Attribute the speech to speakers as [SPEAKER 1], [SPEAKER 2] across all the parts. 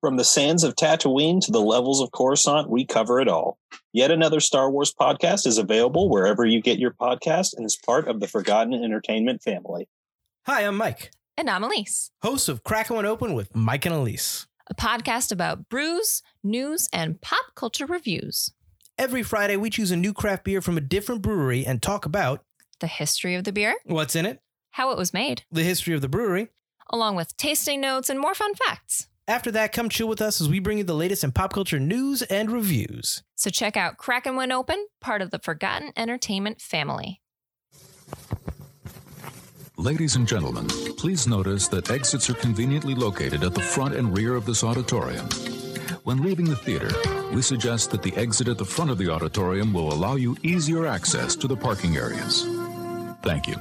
[SPEAKER 1] From the sands of Tatooine to the levels of Coruscant, we cover it all. Yet another Star Wars podcast is available wherever you get your podcast and is part of the Forgotten Entertainment family.
[SPEAKER 2] Hi, I'm Mike,
[SPEAKER 3] And I'm Elise,
[SPEAKER 2] host of Crack One Open with Mike and Elise.
[SPEAKER 3] a podcast about brews, news, and pop culture reviews,
[SPEAKER 2] Every Friday, we choose a new craft beer from a different brewery and talk about
[SPEAKER 3] the history of the beer,
[SPEAKER 2] what's in it,
[SPEAKER 3] how it was made,
[SPEAKER 2] the history of the brewery.
[SPEAKER 3] along with tasting notes and more fun facts.
[SPEAKER 2] After that, come chill with us as we bring you the latest in pop culture news and reviews.
[SPEAKER 3] So check out Kraken When Open, part of the Forgotten Entertainment family.
[SPEAKER 4] Ladies and gentlemen, please notice that exits are conveniently located at the front and rear of this auditorium. When leaving the theater, we suggest that the exit at the front of the auditorium will allow you easier access to the parking areas. Thank you.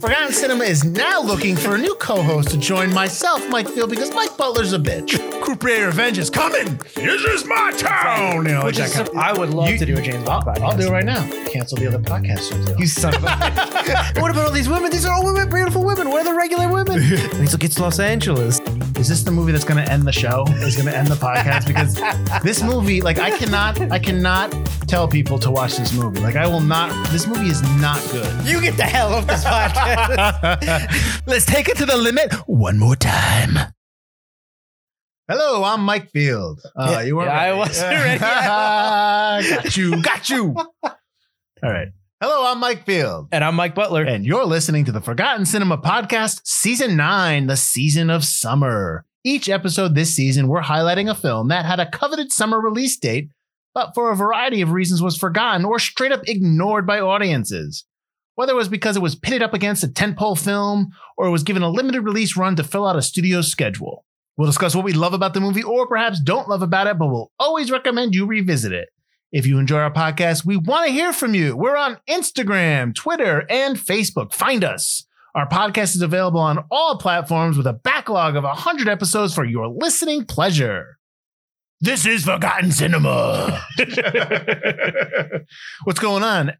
[SPEAKER 5] Forgotten Cinema is now looking for a new co-host to join myself, Mike Field, because Mike Butler's a bitch. Group Ray Revenge is coming. This is my town. You know,
[SPEAKER 2] Which
[SPEAKER 5] like
[SPEAKER 2] is-
[SPEAKER 5] that kind of-
[SPEAKER 2] I would love
[SPEAKER 5] You-
[SPEAKER 2] to do a James Bond podcast.
[SPEAKER 5] I'll, I'll do it right now. Cancel the other podcast. You,
[SPEAKER 2] You son of a. what about all these women? These are all women, beautiful women. Where are the regular women? and he's like, it's Los Angeles.
[SPEAKER 5] Is this the movie that's going to end the show? Is going to end the podcast? Because this movie, like, I cannot, I cannot tell people to watch this movie. Like, I will not. This movie is not good.
[SPEAKER 2] You get the hell off this podcast. Let's take it to the limit one more time.
[SPEAKER 5] Hello, I'm Mike Field. Uh, you weren't.
[SPEAKER 2] Yeah, I
[SPEAKER 5] ready.
[SPEAKER 2] wasn't ready.
[SPEAKER 5] got you. Got you. All right. Hello, I'm Mike Field.
[SPEAKER 2] And I'm Mike Butler.
[SPEAKER 5] And you're listening to the Forgotten Cinema Podcast, Season 9, the season of summer. Each episode this season, we're highlighting a film that had a coveted summer release date, but for a variety of reasons was forgotten or straight up ignored by audiences. Whether it was because it was pitted up against a tentpole film or it was given a limited release run to fill out a studio's schedule. We'll discuss what we love about the movie or perhaps don't love about it, but we'll always recommend you revisit it. If you enjoy our podcast, we want to hear from you. We're on Instagram, Twitter, and Facebook. Find us. Our podcast is available on all platforms with a backlog of 100 episodes for your listening pleasure. This is Forgotten Cinema. What's going on?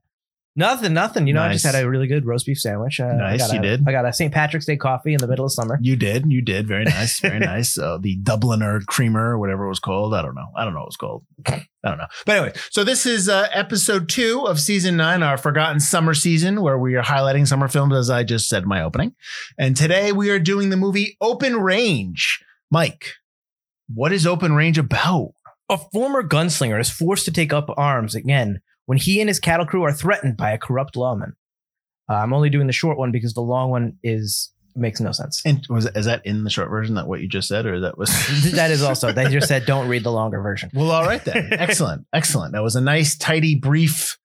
[SPEAKER 2] Nothing, nothing. You know, I just
[SPEAKER 5] Nice.
[SPEAKER 2] had a really good roast beef sandwich. Uh, I
[SPEAKER 5] Nice,
[SPEAKER 2] got
[SPEAKER 5] you
[SPEAKER 2] a-
[SPEAKER 5] did.
[SPEAKER 2] I got a St. Patrick's Day coffee in the middle of summer.
[SPEAKER 5] You did. You did. Very nice. Very nice. Uh, the Dubliner creamer, or whatever it was called. I don't know. I don't know what it was called. I don't know. But anyway, so this is uh, episode two of season nine, our forgotten summer season, where we are highlighting summer films, as I just said in my opening. And today we are doing the movie Open Range. Mike, what is Open Range about?
[SPEAKER 2] A former gunslinger is forced to take up arms again when he and his cattle crew are threatened by a corrupt lawman. Uh, I'm only doing the short one because the long one is makes no sense.
[SPEAKER 5] And was is that in the short version? That what you just said, or that was
[SPEAKER 2] that is also they just said don't read the longer version.
[SPEAKER 5] Well, all right then. Excellent. Excellent. That was a nice, tidy, brief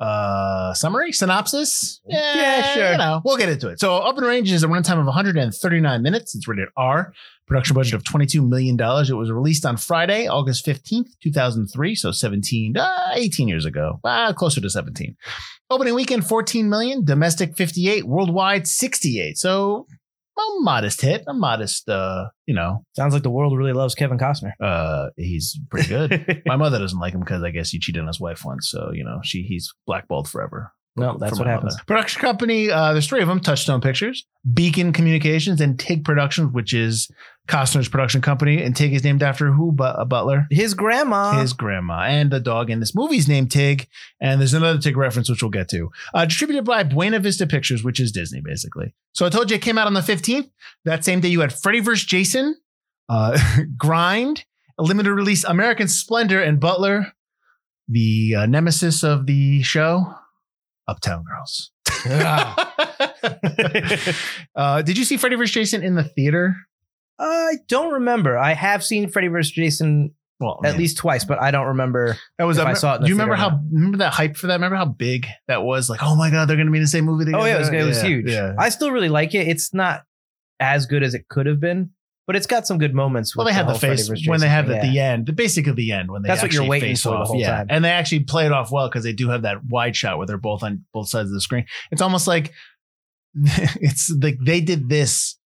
[SPEAKER 5] uh summary synopsis
[SPEAKER 2] Yeah, sure.
[SPEAKER 5] you know we'll get into it so open range is a runtime of 139 minutes it's rated r production budget of 22 million dollars it was released on friday august 15th 2003 so 17 uh, 18 years ago uh, closer to 17 opening weekend 14 million domestic 58 worldwide 68 so a modest hit a modest uh you know
[SPEAKER 2] Sounds like the world really loves Kevin Costner.
[SPEAKER 5] uh he's pretty good my mother doesn't like him because I guess he cheated on his wife once. So you know, she he's blackballed forever.
[SPEAKER 2] no, that's
[SPEAKER 5] From
[SPEAKER 2] what
[SPEAKER 5] my
[SPEAKER 2] happens.
[SPEAKER 5] mother. Production company. Uh, there's three of them: Touchstone Pictures, Beacon Communications, and Tig Productions, which is Costner's production company. And Tig is named after who? But uh, Butler.
[SPEAKER 2] His grandma.
[SPEAKER 5] His grandma and the dog in this movie's named Tig, and there's another Tig reference which we'll get to. Uh, distributed by Buena Vista Pictures, which is Disney basically. So I told you it came out on the 15th. That same day you had Freddy vs. Jason, uh, Grind, a limited release American Splendor, and Butler, the uh, nemesis of the show, Uptown Girls. uh, did you see Freddy vs. Jason in the theater?
[SPEAKER 2] I don't remember. I have seen Freddy vs. Jason
[SPEAKER 5] Well,
[SPEAKER 2] at least twice, but I don't remember.
[SPEAKER 5] That was
[SPEAKER 2] if I
[SPEAKER 5] I
[SPEAKER 2] saw it in the
[SPEAKER 5] you remember
[SPEAKER 2] theater or
[SPEAKER 5] how remember that hype for that? Remember how big that was? Like, oh my god, they're gonna be in the same movie together.
[SPEAKER 2] Oh yeah, it was, it was huge.
[SPEAKER 5] Yeah.
[SPEAKER 2] I still really like it. It's not as good as it could have been, But it's got some good moments.
[SPEAKER 5] Well,
[SPEAKER 2] with
[SPEAKER 5] they had the
[SPEAKER 2] whole Freddy
[SPEAKER 5] face
[SPEAKER 2] versus
[SPEAKER 5] when they
[SPEAKER 2] Jason
[SPEAKER 5] have
[SPEAKER 2] thing,
[SPEAKER 5] at
[SPEAKER 2] yeah.
[SPEAKER 5] the end, the basically the end when they
[SPEAKER 2] That's what you're
[SPEAKER 5] actually
[SPEAKER 2] waiting
[SPEAKER 5] face
[SPEAKER 2] for the
[SPEAKER 5] off.
[SPEAKER 2] whole
[SPEAKER 5] yeah,
[SPEAKER 2] time.
[SPEAKER 5] and they actually play it off well because they do have that wide shot where they're both on both sides of the screen. It's almost like it's like they did this,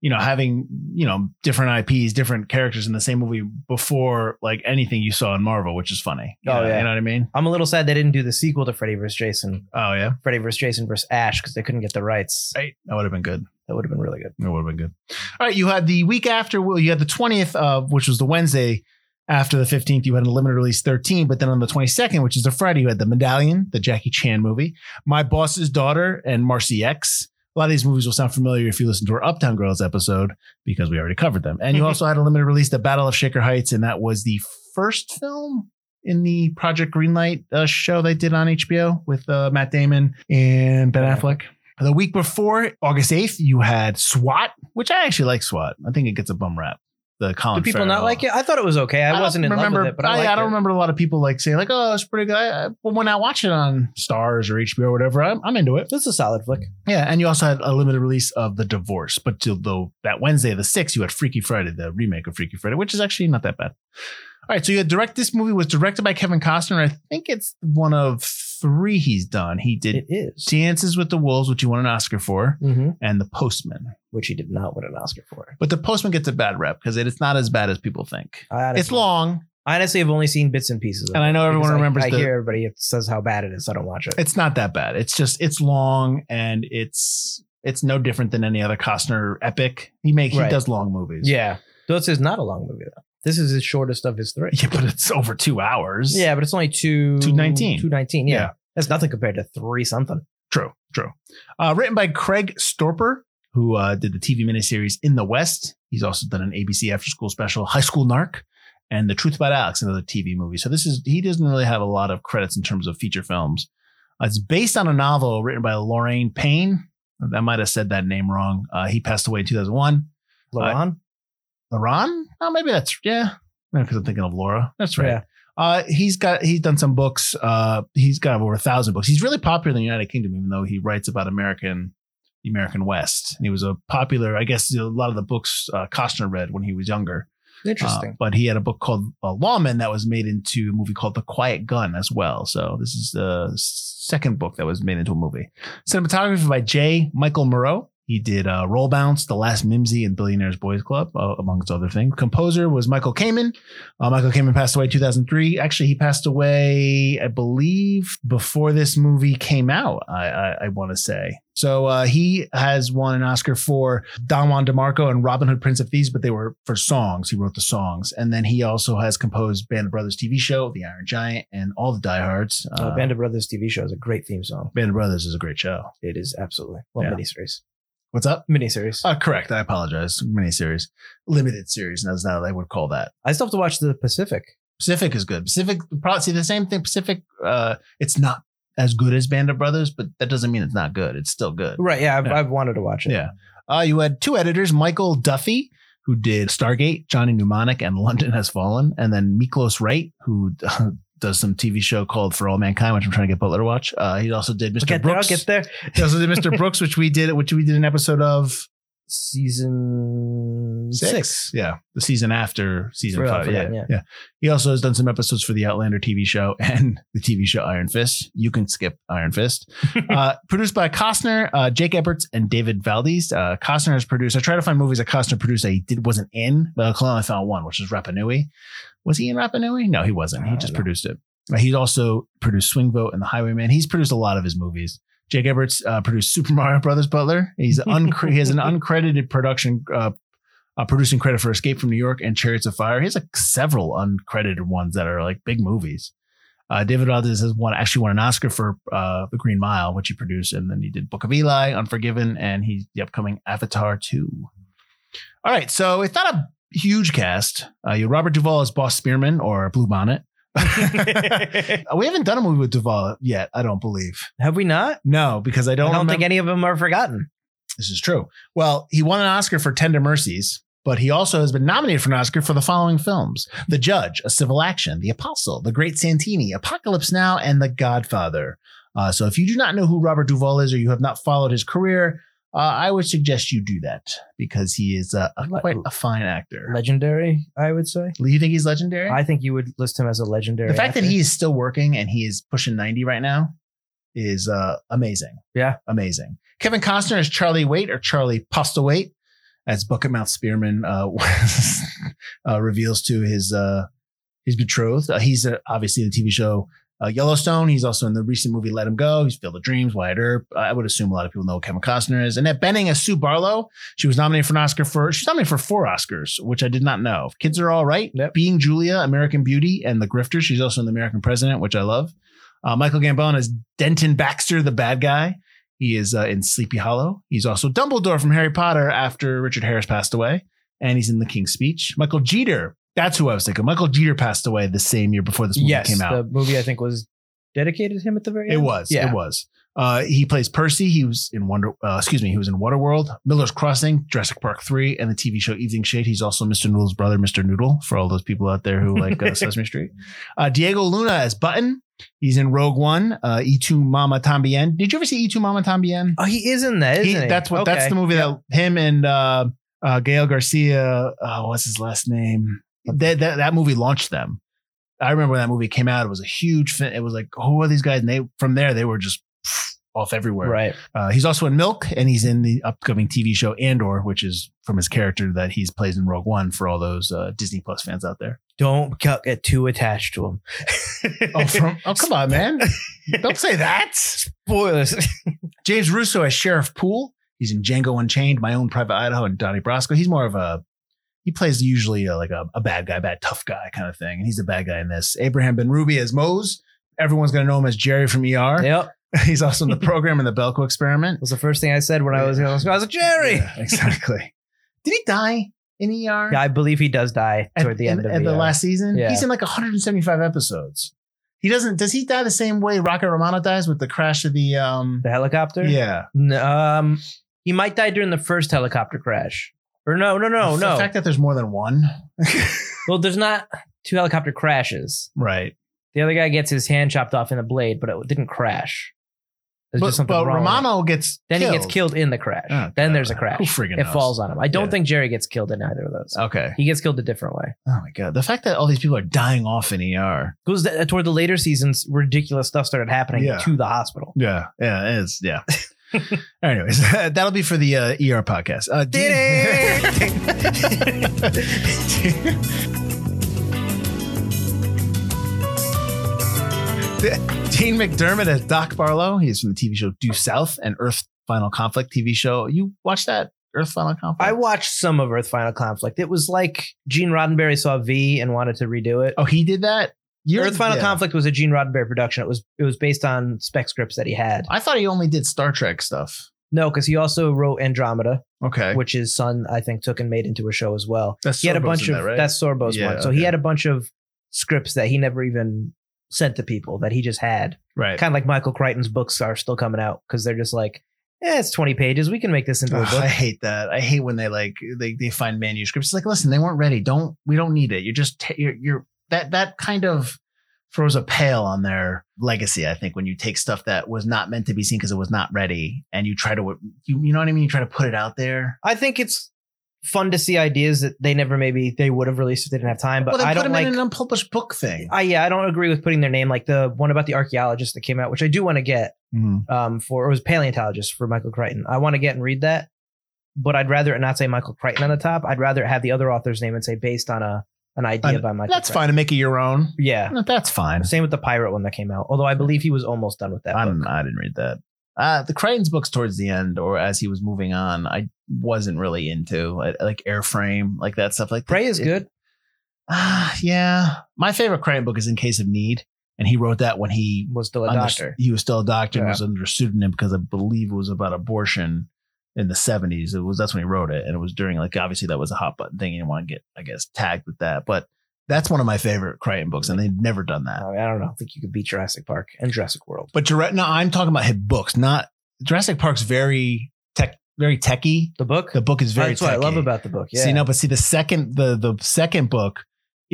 [SPEAKER 5] you know, having you know different IPs, different characters in the same movie before like anything you saw in Marvel, which is funny. You
[SPEAKER 2] Oh,
[SPEAKER 5] know-
[SPEAKER 2] yeah.
[SPEAKER 5] you know what I mean?
[SPEAKER 2] I'm a little sad they didn't do the sequel to Freddy vs. Jason,
[SPEAKER 5] Oh yeah,
[SPEAKER 2] Freddy vs. Jason vs. Ash, because they couldn't get the rights.
[SPEAKER 5] right. That would have been good.
[SPEAKER 2] That would have been really good.
[SPEAKER 5] That would have been good. All right, you had the week after. Well, you had the twentieth of which was the Wednesday after the fifteenth. You had a limited release thirteen, but then on the twenty second, which is the Friday, you had the Medallion, the Jackie Chan movie, My Boss's Daughter, and Marcy X. A lot of these movies will sound familiar if you listen to our Uptown Girls episode because we already covered them.
[SPEAKER 2] Mhm.
[SPEAKER 5] And you also had a limited release, The Battle of Shaker Heights, and that was the first film in the Project Greenlight uh, show they did on HBO with uh, Matt Damon and Ben
[SPEAKER 2] Yeah.
[SPEAKER 5] Affleck. The week before, August 8th, you had SWAT, which I actually like SWAT. I think it gets a bum rap. The Colin
[SPEAKER 2] Do people not
[SPEAKER 5] Farrell.
[SPEAKER 2] like it? I thought it was okay. I,
[SPEAKER 5] don't
[SPEAKER 2] wasn't in
[SPEAKER 5] remember,
[SPEAKER 2] love with it, but I, liked
[SPEAKER 5] I don't
[SPEAKER 2] it.
[SPEAKER 5] remember a lot of people like saying like, "Oh, it's pretty good." I, I- well, when I watch it on Stars or HBO or whatever, I'm, I'm into it.
[SPEAKER 2] This is a solid flick.
[SPEAKER 5] Yeah, and you also had a limited release of The Divorce, but till though that Wednesday, the sixth, you had Freaky Friday, the remake of Freaky Friday, which is actually not that bad. All right, so you had direct. This movie was directed by Kevin Costner. I think it's one of three he's done. He did
[SPEAKER 2] It is.
[SPEAKER 5] Dances with the Wolves, which he won an Oscar for,
[SPEAKER 2] Mm-hmm.
[SPEAKER 5] and The Postman.
[SPEAKER 2] Which he did not win an Oscar for.
[SPEAKER 5] But The Postman gets a bad rep because it's not as bad as people think.
[SPEAKER 2] I honestly,
[SPEAKER 5] It's long,
[SPEAKER 2] I honestly have only seen bits and pieces. Of
[SPEAKER 5] and
[SPEAKER 2] it
[SPEAKER 5] I know everyone
[SPEAKER 2] because I-
[SPEAKER 5] remembers
[SPEAKER 2] I,
[SPEAKER 5] the,
[SPEAKER 2] hear everybody says how bad it is. so I don't watch it.
[SPEAKER 5] it's not that bad. It's just it's long and it's it's no different than any other Costner epic. He make
[SPEAKER 2] Right.
[SPEAKER 5] he does long movies.
[SPEAKER 2] yeah. This is not a long movie though. This is his shortest of his three.
[SPEAKER 5] Yeah, but it's over two hours.
[SPEAKER 2] Yeah, but it's only two
[SPEAKER 5] 219.
[SPEAKER 2] Two nineteen. Yeah.
[SPEAKER 5] Yeah.
[SPEAKER 2] that's nothing compared to three something.
[SPEAKER 5] True, true. Uh, written by Craig Storper, who uh, did the TV miniseries In the West. He's also done an ABC after school special, High School Narc, and The Truth About Alex, another TV movie. So this is he doesn't really have a lot of credits in terms of feature films. Uh, it's based on a novel written by Lorraine Payne. I might have said that name wrong. Uh, he passed away in 2001.
[SPEAKER 2] Laurent,
[SPEAKER 5] Laron? Oh, maybe that's yeah. Because I'm thinking of Laura. That's right.
[SPEAKER 2] Yeah.
[SPEAKER 5] Uh, he's got he's done some books. Uh, he's got over a thousand books. He's really popular in the United Kingdom, even though he writes about American, the American West. And he was a popular, I guess, a lot of the books uh, Costner read when he was younger. Uh,
[SPEAKER 2] interesting.
[SPEAKER 5] but he had a book called uh, Lawman that was made into a movie called The Quiet Gun as well. So this is the second book that was made into a movie. Cinematography by J. Michael Moreau. He did uh, Roll Bounce, The Last Mimsy, and Billionaires Boys Club, uh, amongst other things. Composer was Michael Kamen. Uh, Michael Kamen passed away in 2003. Actually, he passed away, I believe, before this movie came out, I, I, I want to say. So uh, he has won an Oscar for Don Juan DeMarco and Robin Hood Prince of Thieves, but they were for songs. He wrote the songs. And then he also has composed Band of Brothers TV show, The Iron Giant, and all the diehards.
[SPEAKER 2] Uh, Band of Brothers TV show is a great theme song.
[SPEAKER 5] Band of Brothers is a great show.
[SPEAKER 2] It is absolutely well
[SPEAKER 5] Yeah.
[SPEAKER 2] miniseries.
[SPEAKER 5] What's up?
[SPEAKER 2] Miniseries.
[SPEAKER 5] Uh, correct. I apologize. Miniseries. Limited series. That's not what I would call that.
[SPEAKER 2] I still have to watch the Pacific.
[SPEAKER 5] Pacific is good. Pacific, probably see the same thing. Pacific, uh, it's not as good as Band of Brothers, but that doesn't mean it's not good. It's still good.
[SPEAKER 2] Right. Yeah, I've,
[SPEAKER 5] Yeah.
[SPEAKER 2] I've wanted to watch it.
[SPEAKER 5] Yeah. Uh, you had two editors, Michael Duffy, who did Stargate, Johnny Mnemonic, and London Has Fallen, and then Miklos Wright, who does some TV show called For All Mankind, which I'm trying to get Butler to watch. Uh, he also did
[SPEAKER 2] I'll
[SPEAKER 5] Mr.
[SPEAKER 2] get there. I'll
[SPEAKER 5] Brooks.
[SPEAKER 2] get there.
[SPEAKER 5] he also did Mr. Brooks, which we did, which we did an episode of
[SPEAKER 2] Season
[SPEAKER 5] six. Yeah, the season after season
[SPEAKER 2] For-
[SPEAKER 5] five.
[SPEAKER 2] for
[SPEAKER 5] Yeah,
[SPEAKER 2] that, yeah.
[SPEAKER 5] yeah, He also has done some episodes for the Outlander TV show and the TV show Iron Fist. You can skip Iron Fist. uh, produced by Costner, uh, Jake Eberts, and David Valdez. Uh, Costner has produced. I try to find movies that Costner produced that he did wasn't in, but I only found one, which was Rapa Nui. Was he in Rapa Nui? No, he wasn't.
[SPEAKER 2] I
[SPEAKER 5] He
[SPEAKER 2] don't
[SPEAKER 5] just
[SPEAKER 2] know.
[SPEAKER 5] produced it. Uh, He's also produced Swing Vote and The Highwayman. He's produced a lot of his movies. Jake Eberts uh, produced Super Mario Brothers Butler. He's uncre- he has an uncredited production uh, uh, producing credit for Escape from New York and Chariots of Fire. He has like several uncredited ones that are like big movies. Uh, David Valdez has won actually won an Oscar for uh, The Green Mile, which he produced, and then he did Book of Eli, Unforgiven, and he's the upcoming Avatar two. All right, so it's not a huge cast. Uh, you Robert Duvall as Boss Spearman or Blue Bonnet. Uh, we haven't done a movie with Duvall yet, I don't believe.
[SPEAKER 2] Have we not?
[SPEAKER 5] No, because I
[SPEAKER 2] I
[SPEAKER 5] don't.
[SPEAKER 2] don't
[SPEAKER 5] remember-
[SPEAKER 2] think any of them are forgotten.
[SPEAKER 5] this is true. Well, he won an Oscar for Tender Mercies, but he also has been nominated for an Oscar for the following films The Judge, A Civil Action, The Apostle, The Great Santini, Apocalypse Now, and The Godfather. Uh, so if you do not know who Robert Duvall is or you have not followed his career, uh, I would suggest you do that because he is uh, a,
[SPEAKER 2] Le-
[SPEAKER 5] quite a fine actor.
[SPEAKER 2] Legendary, I would say.
[SPEAKER 5] Do you think he's legendary?
[SPEAKER 2] I think you would list him as a legendary.
[SPEAKER 5] the fact that
[SPEAKER 2] actor.
[SPEAKER 5] he is still working and he is pushing 90 right now is uh, amazing.
[SPEAKER 2] Yeah.
[SPEAKER 5] Amazing. Kevin Costner is Charlie Waite or Charlie Postlewaite, as Bucket Mouth Spearman uh, uh, reveals to his uh, his betrothed. Uh, he's uh, obviously in the TV show uh, Yellowstone. He's also in the recent movie Let Him Go. He's Field of Dreams, Wyatt Earp. I would assume a lot of people know who Kevin Costner is. Annette Benning as Sue Barlow. She was nominated for an Oscar for she's nominated for four Oscars, which I did not know. Kids are all right.
[SPEAKER 2] Yep.
[SPEAKER 5] Being Julia, American Beauty, and The Grifter. She's also in The American President, which I love. Uh, Michael Gambon is Denton Baxter, the bad guy. He is uh, in Sleepy Hollow. He's also Dumbledore from Harry Potter after Richard Harris passed away, and he's in The King's Speech. Michael Jeter. That's who I was thinking. Michael Jeter passed away the same year before this movie
[SPEAKER 2] yes,
[SPEAKER 5] came out.
[SPEAKER 2] the movie I think was dedicated to him at the very
[SPEAKER 5] It
[SPEAKER 2] end.
[SPEAKER 5] was.
[SPEAKER 2] Yeah.
[SPEAKER 5] It was. Uh, he plays Percy. He was in Wonder. Uh, excuse me. He was in Waterworld, Miller's Crossing, Jurassic Park Three, and the TV show Evening Shade. He's also Mr. Noodle's brother, Mr. Noodle, for all those people out there who like uh, Sesame Street. Uh, Diego Luna as Button. He's in Rogue One. Uh, E2 Mama Tambien. Did you ever see E2 Mama Tambien?
[SPEAKER 2] Oh, he is in that, isn't
[SPEAKER 5] He-
[SPEAKER 2] he?
[SPEAKER 5] That's what. That's
[SPEAKER 2] Okay.
[SPEAKER 5] the movie that him and uh, uh, Gail Garcia. Uh, what's his last name? That, that that movie launched them. I remember when that movie came out. It was a huge. Fin- it was like, who are these guys? And they from there they were just pff, off everywhere.
[SPEAKER 2] Right.
[SPEAKER 5] Uh, he's also in Milk, and he's in the upcoming TV show Andor, which is from his character that he's plays in Rogue One. For all those uh, Disney Plus fans out there.
[SPEAKER 2] Don't get get too attached to him.
[SPEAKER 5] Oh, from, oh come on, man! Don't say that.
[SPEAKER 2] Spoilers.
[SPEAKER 5] James Russo as Sheriff Poole. He's in Django Unchained, My Own Private Idaho, and Donnie Brasco. He's more of a he plays usually uh like a, a bad guy, bad tough guy kind of thing, and he's a bad guy in this. Abraham Ben Ruby as Mose. Everyone's gonna know him as Jerry from ER.
[SPEAKER 2] yep.
[SPEAKER 5] He's also in the program and the Belko Experiment.
[SPEAKER 2] was the first thing I said when I was in high school. I was like, Jerry.
[SPEAKER 5] Yeah, exactly. Did he die in ER?
[SPEAKER 2] Yeah, I believe he does die
[SPEAKER 5] At-
[SPEAKER 2] toward the end
[SPEAKER 5] in-
[SPEAKER 2] of
[SPEAKER 5] at
[SPEAKER 2] the, uh,
[SPEAKER 5] last season.
[SPEAKER 2] Yeah.
[SPEAKER 5] He's in like 175 episodes. He doesn't. Does he die the same way Rocket Romano dies with the crash of the um?
[SPEAKER 2] the helicopter.
[SPEAKER 5] Yeah.
[SPEAKER 2] N- Um, he might die during the first helicopter crash. Or no, no, no,
[SPEAKER 5] The
[SPEAKER 2] no.
[SPEAKER 5] fact that there's more than one.
[SPEAKER 2] well, there's not two helicopter crashes.
[SPEAKER 5] Right.
[SPEAKER 2] The other guy gets his hand chopped off in a blade, but it didn't crash. There's
[SPEAKER 5] but,
[SPEAKER 2] just something
[SPEAKER 5] but
[SPEAKER 2] wrong with it.
[SPEAKER 5] Romano gets
[SPEAKER 2] Then
[SPEAKER 5] killed.
[SPEAKER 2] he gets killed in the crash.
[SPEAKER 5] Oh,
[SPEAKER 2] then
[SPEAKER 5] God.
[SPEAKER 2] there's a crash.
[SPEAKER 5] Who friggin'
[SPEAKER 2] it
[SPEAKER 5] knows?
[SPEAKER 2] falls on him. I don't
[SPEAKER 5] Yeah. Oh.
[SPEAKER 2] think Jerry gets killed in either of those.
[SPEAKER 5] Okay.
[SPEAKER 2] He gets killed a different way.
[SPEAKER 5] Oh my god. The fact that all these people are dying off in ER.
[SPEAKER 2] Because th- uh, toward the later seasons, ridiculous stuff started happening
[SPEAKER 5] Yeah.
[SPEAKER 2] to the hospital.
[SPEAKER 5] Yeah. Yeah. It's yeah. Anyways, that'll be for the uh, ER podcast. Uh, Dean- Dean McDermott as Doc Barlow. He's from the TV show Due South and Earth Final Conflict TV show. You watch that Earth Final Conflict?
[SPEAKER 2] I watched some of Earth Final Conflict. It was like Gene Roddenberry saw V and wanted to redo it.
[SPEAKER 5] Oh, he did that. You're-
[SPEAKER 2] Earth Final
[SPEAKER 5] yeah.
[SPEAKER 2] Conflict was a Gene Roddenberry production. It was it was based on spec scripts that he had.
[SPEAKER 5] I thought he only did Star Trek stuff.
[SPEAKER 2] No, because he also wrote Andromeda,
[SPEAKER 5] Okay.
[SPEAKER 2] which his son I think took and made into a show as well.
[SPEAKER 5] That's
[SPEAKER 2] he had a
[SPEAKER 5] Sorbo's
[SPEAKER 2] bunch
[SPEAKER 5] in
[SPEAKER 2] of
[SPEAKER 5] that, right?
[SPEAKER 2] that's Sorbo's
[SPEAKER 5] Yeah,
[SPEAKER 2] one. So he
[SPEAKER 5] okay.
[SPEAKER 2] had a bunch of scripts that he never even sent to people that he just had.
[SPEAKER 5] right.
[SPEAKER 2] Kind of like Michael Crichton's books are still coming out because they're just like, eh, it's twenty pages. We can make this into a
[SPEAKER 5] Ugh, I
[SPEAKER 2] book.
[SPEAKER 5] hate that. I hate when they like they, they find manuscripts. It's like, listen, they weren't ready. Don't we don't need it. You're just ta- you're, you're that that kind of throws a pale on their legacy. I think when you take stuff that was not meant to be seen because it was not ready, and you try to you you know what I mean. You try to put it out there.
[SPEAKER 2] I think it's fun to see ideas that they never maybe they would have released if they didn't have time. But
[SPEAKER 5] well, then
[SPEAKER 2] I
[SPEAKER 5] put
[SPEAKER 2] don't
[SPEAKER 5] them
[SPEAKER 2] like
[SPEAKER 5] in an unpublished book thing.
[SPEAKER 2] I yeah, I don't agree with putting their name like the one about the archaeologist that came out, which I do want to get
[SPEAKER 5] Mhm.
[SPEAKER 2] um for it was paleontologist for Michael Crichton. I want to get and read that, but I'd rather it not say Michael Crichton on the top. I'd rather it have the other author's name and say based on a an idea
[SPEAKER 5] An-
[SPEAKER 2] by Michael.
[SPEAKER 5] That's
[SPEAKER 2] Crichton.
[SPEAKER 5] fine to make it your own.
[SPEAKER 2] Yeah.
[SPEAKER 5] No, That's fine.
[SPEAKER 2] Same with the pirate one that came out. Although I believe he was almost done with that.
[SPEAKER 5] I
[SPEAKER 2] book.
[SPEAKER 5] don't. I didn't read that. Uh, the Crichton's books towards the end, or as he was moving on, I wasn't really into I- I like Airframe, like that stuff. Like
[SPEAKER 2] Prey is
[SPEAKER 5] it-
[SPEAKER 2] good.
[SPEAKER 5] Ah, yeah. My favorite Crichton book is In Case of Need, and he wrote that when he
[SPEAKER 2] Was still a
[SPEAKER 5] under-
[SPEAKER 2] doctor.
[SPEAKER 5] He was still a doctor and
[SPEAKER 2] Yeah.
[SPEAKER 5] was under a pseudonym because I believe it was about abortion in the seventies. It was that's when he wrote it, and it was during like obviously that was a hot button thing. You didn't want to get I guess tagged with that, but that's one of my favorite Crichton books, and they've never done that.
[SPEAKER 2] I, mean, I don't know. I think you could beat Jurassic Park and Jurassic World.
[SPEAKER 5] But Jura- no, I'm talking about his books, not Jurassic Park's very tech, very techy.
[SPEAKER 2] The book.
[SPEAKER 5] The book is very.
[SPEAKER 2] That's what I
[SPEAKER 5] techy.
[SPEAKER 2] love about the book. Yeah.
[SPEAKER 5] See, no, but see, the second, the the second book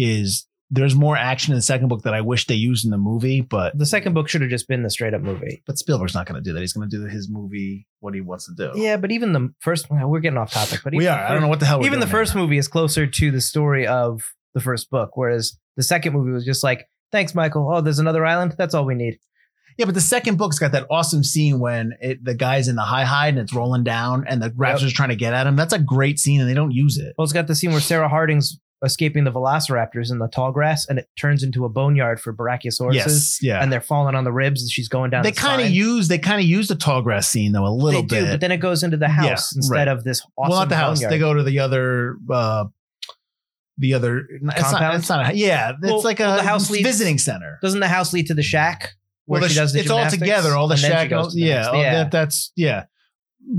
[SPEAKER 5] is There's more action in the second book that I wish they used in the movie, but
[SPEAKER 2] The second book should have just been the straight up movie.
[SPEAKER 5] but Spielberg's not going to do that. He's going to do his movie what he wants to do.
[SPEAKER 2] Yeah, but even the first, well, we're getting off topic. But
[SPEAKER 5] Oh, we
[SPEAKER 2] even the
[SPEAKER 5] are. I don't
[SPEAKER 2] first-
[SPEAKER 5] know what the hell. We're
[SPEAKER 2] even the
[SPEAKER 5] doing
[SPEAKER 2] first
[SPEAKER 5] right
[SPEAKER 2] movie is closer to the story of the first book, whereas the second movie was just like, "Thanks, Michael. Oh, there's another island. That's all we need."
[SPEAKER 5] now. Yeah, but the second book's got that awesome scene when it, the guy's in the high hide and it's rolling down, and the raptors are trying to get at him. That's a great scene, and they don't use it.
[SPEAKER 2] Well, it's got the scene where Sarah Harding's escaping the velociraptors in the tall grass, and it turns into a boneyard for brachiosaurus.
[SPEAKER 5] yes, yeah.
[SPEAKER 2] and they're falling on the ribs, and she's going down.
[SPEAKER 5] they
[SPEAKER 2] the
[SPEAKER 5] kind of
[SPEAKER 2] spine.
[SPEAKER 5] use they kind of use the tall grass scene though a little
[SPEAKER 2] they
[SPEAKER 5] bit.
[SPEAKER 2] do, but then it goes into the
[SPEAKER 5] Yeah,
[SPEAKER 2] house instead
[SPEAKER 5] right.
[SPEAKER 2] of this awesome.
[SPEAKER 5] well, not the house.
[SPEAKER 2] boneyard.
[SPEAKER 5] They go to the other. uh the other it's not,
[SPEAKER 2] Compound?
[SPEAKER 5] it's not a, yeah it's
[SPEAKER 2] Well,
[SPEAKER 5] like a
[SPEAKER 2] well, the house leads-
[SPEAKER 5] visiting center
[SPEAKER 2] Doesn't the house lead to the shack? Where
[SPEAKER 5] the
[SPEAKER 2] she
[SPEAKER 5] sh-
[SPEAKER 2] does the
[SPEAKER 5] it's all
[SPEAKER 2] gymnastics?
[SPEAKER 5] together. All the
[SPEAKER 2] And then she goes
[SPEAKER 5] shackles.
[SPEAKER 2] to the
[SPEAKER 5] Yeah,
[SPEAKER 2] next-
[SPEAKER 5] all That, that's yeah,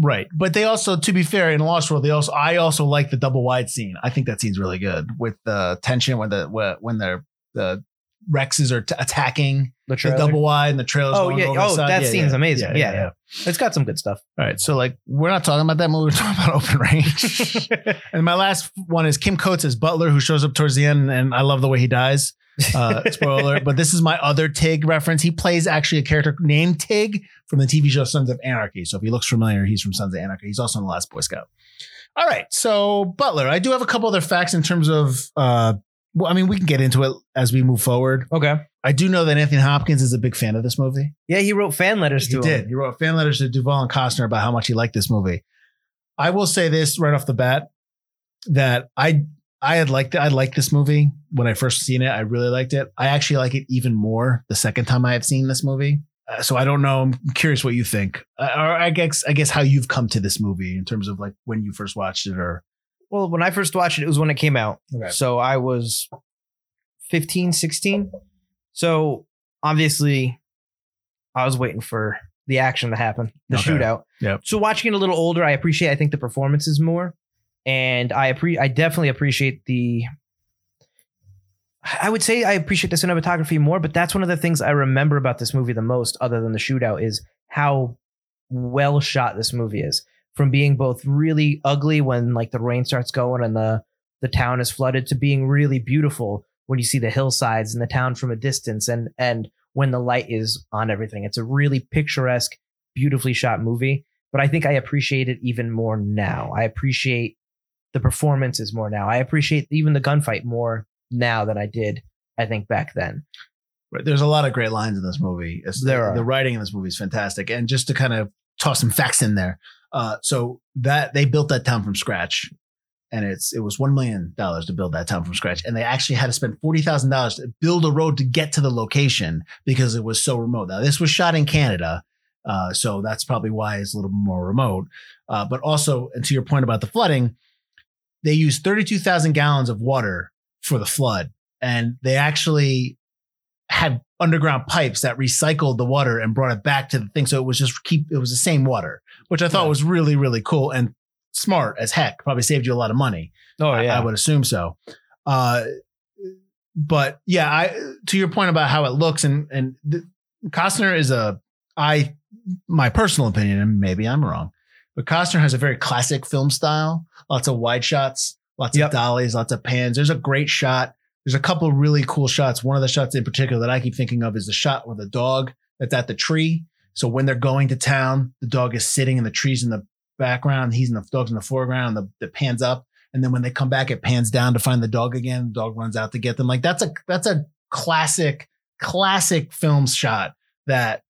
[SPEAKER 5] right. But they also, to be fair, in Lost World, they also I also like the double wide scene. I think that scene's really good with the tension when the wh- when the the Rexes are t- attacking
[SPEAKER 2] the,
[SPEAKER 5] the
[SPEAKER 2] trailer.
[SPEAKER 5] double wide and the trailers.
[SPEAKER 2] Oh,
[SPEAKER 5] going
[SPEAKER 2] yeah.
[SPEAKER 5] over the
[SPEAKER 2] Oh,
[SPEAKER 5] side.
[SPEAKER 2] that
[SPEAKER 5] Yeah,
[SPEAKER 2] scene's
[SPEAKER 5] yeah.
[SPEAKER 2] amazing. Yeah, yeah. It's got some good stuff.
[SPEAKER 5] All right, so like we're not talking about that movie. We're talking about Open Range. and my last one is Kim Coates as Butler, who shows up towards the end, and I love the way he dies. Uh, spoiler alert, but this is my other Tig reference. He plays actually a character named Tig from the TV show Sons of Anarchy. So if he looks familiar, he's from Sons of Anarchy. He's also in The Last Boy Scout. All right, so Butler, I do have a couple other facts in terms of. Uh, well, I mean, we can get into it as we move forward.
[SPEAKER 2] Okay.
[SPEAKER 5] I do know that Anthony Hopkins is a big fan of this movie.
[SPEAKER 2] Yeah, he wrote fan letters
[SPEAKER 5] He
[SPEAKER 2] to
[SPEAKER 5] did.
[SPEAKER 2] him.
[SPEAKER 5] He wrote fan letters to Duvall and Costner about how much he liked this movie. I will say this right off the bat that I I had liked it. I liked this movie when I first seen it. I really liked it. I actually like it even more the second time I have seen this movie. Uh, so I don't know. I'm curious what you think, uh, or I guess I guess how you've come to this movie in terms of like when you first watched it, or
[SPEAKER 2] Well, when I first watched it, it was when it came out.
[SPEAKER 5] Okay.
[SPEAKER 2] So I was 15, 16. So obviously, I was waiting for the action to happen, the
[SPEAKER 5] Okay.
[SPEAKER 2] shootout.
[SPEAKER 5] Yep.
[SPEAKER 2] So watching it a little older, I appreciate, I think, the performances more. And I appre- I definitely appreciate the. I would say I appreciate the cinematography more, but that's one of the things I remember about this movie the most, other than the shootout, is how well shot this movie is from being both really ugly when like the rain starts going and the the town is flooded to being really beautiful when you see the hillsides and the town from a distance and and when the light is on everything it's a really picturesque beautifully shot movie but i think i appreciate it even more now i appreciate the performances more now i appreciate even the gunfight more now than i did i think back then
[SPEAKER 5] Right. There's a lot of great lines in this movie. It's-
[SPEAKER 2] There are.
[SPEAKER 5] The writing in this movie is fantastic. And just to kind of toss some facts in there, uh, so that they built that town from scratch, and it's it was one million dollars to build that town from scratch, and they actually had to spend forty thousand dollars to build a road to get to the location because it was so remote. Now this was shot in Canada, uh, so that's probably why it's a little more remote. Uh, but also, and to your point about the flooding, they used thirty-two thousand gallons of water for the flood, and they actually had underground pipes that recycled the water and brought it back to the thing. So it was just keep it was the same water, which I thought was really really cool and smart as heck. Probably saved you a lot of money.
[SPEAKER 2] oh
[SPEAKER 5] I- I would assume so. Uh, but yeah, I to your point about how it looks and and th- Costner is a I my personal opinion and maybe I'm wrong, but Costner has a very classic film style. Lots of wide shots, lots
[SPEAKER 2] Yep.
[SPEAKER 5] of dollies, lots of pans. There's a great shot. There's a couple really cool shots. One of the shots in particular that I keep thinking of is the shot where the dog that's at the tree. So when they're going to town, the dog is sitting in the trees in the background. He's in the dog's in the foreground. The, the pans up. And then when they come back, it pans down to find the dog again. The dog runs out to get them. Like that's a that's a classic, classic film shot that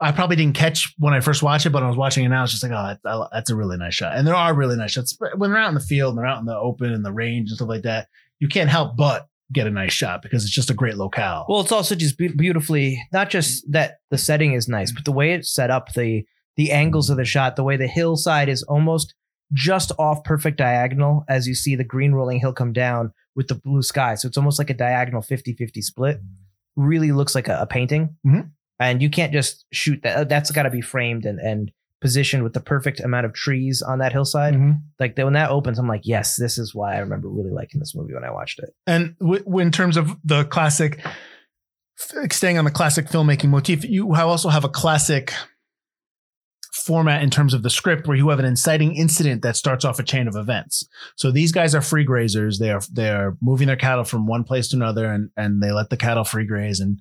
[SPEAKER 5] I probably didn't catch when I first watched it, but when I was watching it now. It's just like, oh, that- that's a really nice shot. And there are really nice shots But when they're out in the field and they're out in the open and the range and stuff like that. You can't help but get a nice shot because it's just a great locale.
[SPEAKER 2] Well, it's also just be- beautifully not just that the setting is nice, but the way it's set up, the the angles of the shot, the way the hillside is almost just off perfect diagonal as you see the green rolling hill come down with the blue sky. So it's almost like a diagonal 50-50 split. Really looks like a, a painting.
[SPEAKER 5] Mhm.
[SPEAKER 2] And you can't just shoot that. That's got to be framed and and positioned with the perfect amount of trees on that hillside.
[SPEAKER 5] Mm-hmm.
[SPEAKER 2] Like when that opens, I'm like, yes, this is why I remember really liking this movie when I watched it.
[SPEAKER 5] and w- w- in terms of the classic f- staying on the classic filmmaking motif you ha- also have a classic format in terms of the script where you have an inciting incident that starts off a chain of events. So these guys are free grazers. They are they're moving their cattle from one place to another and and they let the cattle free graze and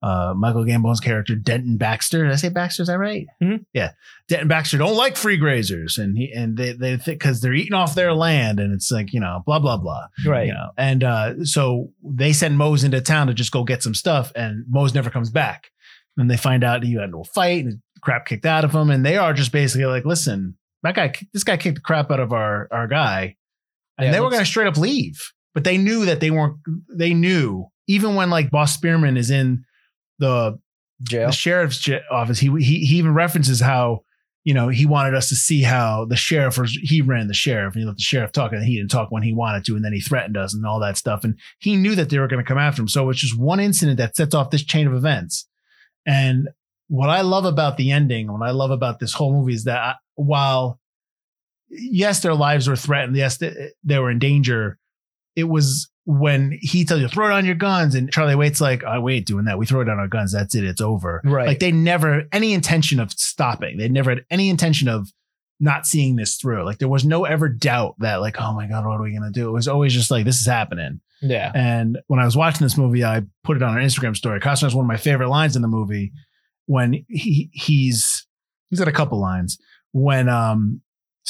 [SPEAKER 5] uh, Michael Gambone's character Denton Baxter. Did I say Baxter? Is that right?
[SPEAKER 2] Mhm.
[SPEAKER 5] Yeah, Denton Baxter don't like free grazers, and he and they they because they're eating off their land, and it's like you know blah blah blah.
[SPEAKER 2] Right.
[SPEAKER 5] You know, and uh, so they send Mose into town to just go get some stuff, and Mose never comes back. And they find out he had a little fight and crap kicked out of him, and they are just basically like, listen, that guy, this guy kicked the crap out of our our guy, and
[SPEAKER 2] Yeah,
[SPEAKER 5] they were
[SPEAKER 2] let's-
[SPEAKER 5] going to straight up leave. But they knew that they weren't. They knew even when like Boss Spearman is in the
[SPEAKER 2] Jail.
[SPEAKER 5] the sheriff's j- office. He, he he even references how you know he wanted us to see how the sheriff was. He ran the sheriff and he let the sheriff talk, and he didn't talk when he wanted to, and then he threatened us and all that stuff. And he knew that they were going to come after him. So it's just one incident that sets off this chain of events. And what I love about the ending, what I love about this whole movie, is that I, while yes, their lives were threatened, yes, they, they were in danger. It was when he tells you throw down your guns, and Charlie Waite's like, "I we ain't doing that. We throw down our guns. That's it. It's over."
[SPEAKER 2] Right.
[SPEAKER 5] Like they never any intention of stopping. They never had any intention of not seeing this through. Like there was no ever doubt that like, oh my God, what are we gonna do? It was always just like this is happening.
[SPEAKER 2] yeah.
[SPEAKER 5] And when I was watching this movie, I put it on our Instagram story. Costner has one of my favorite lines in the movie when he he's he's got a couple lines when um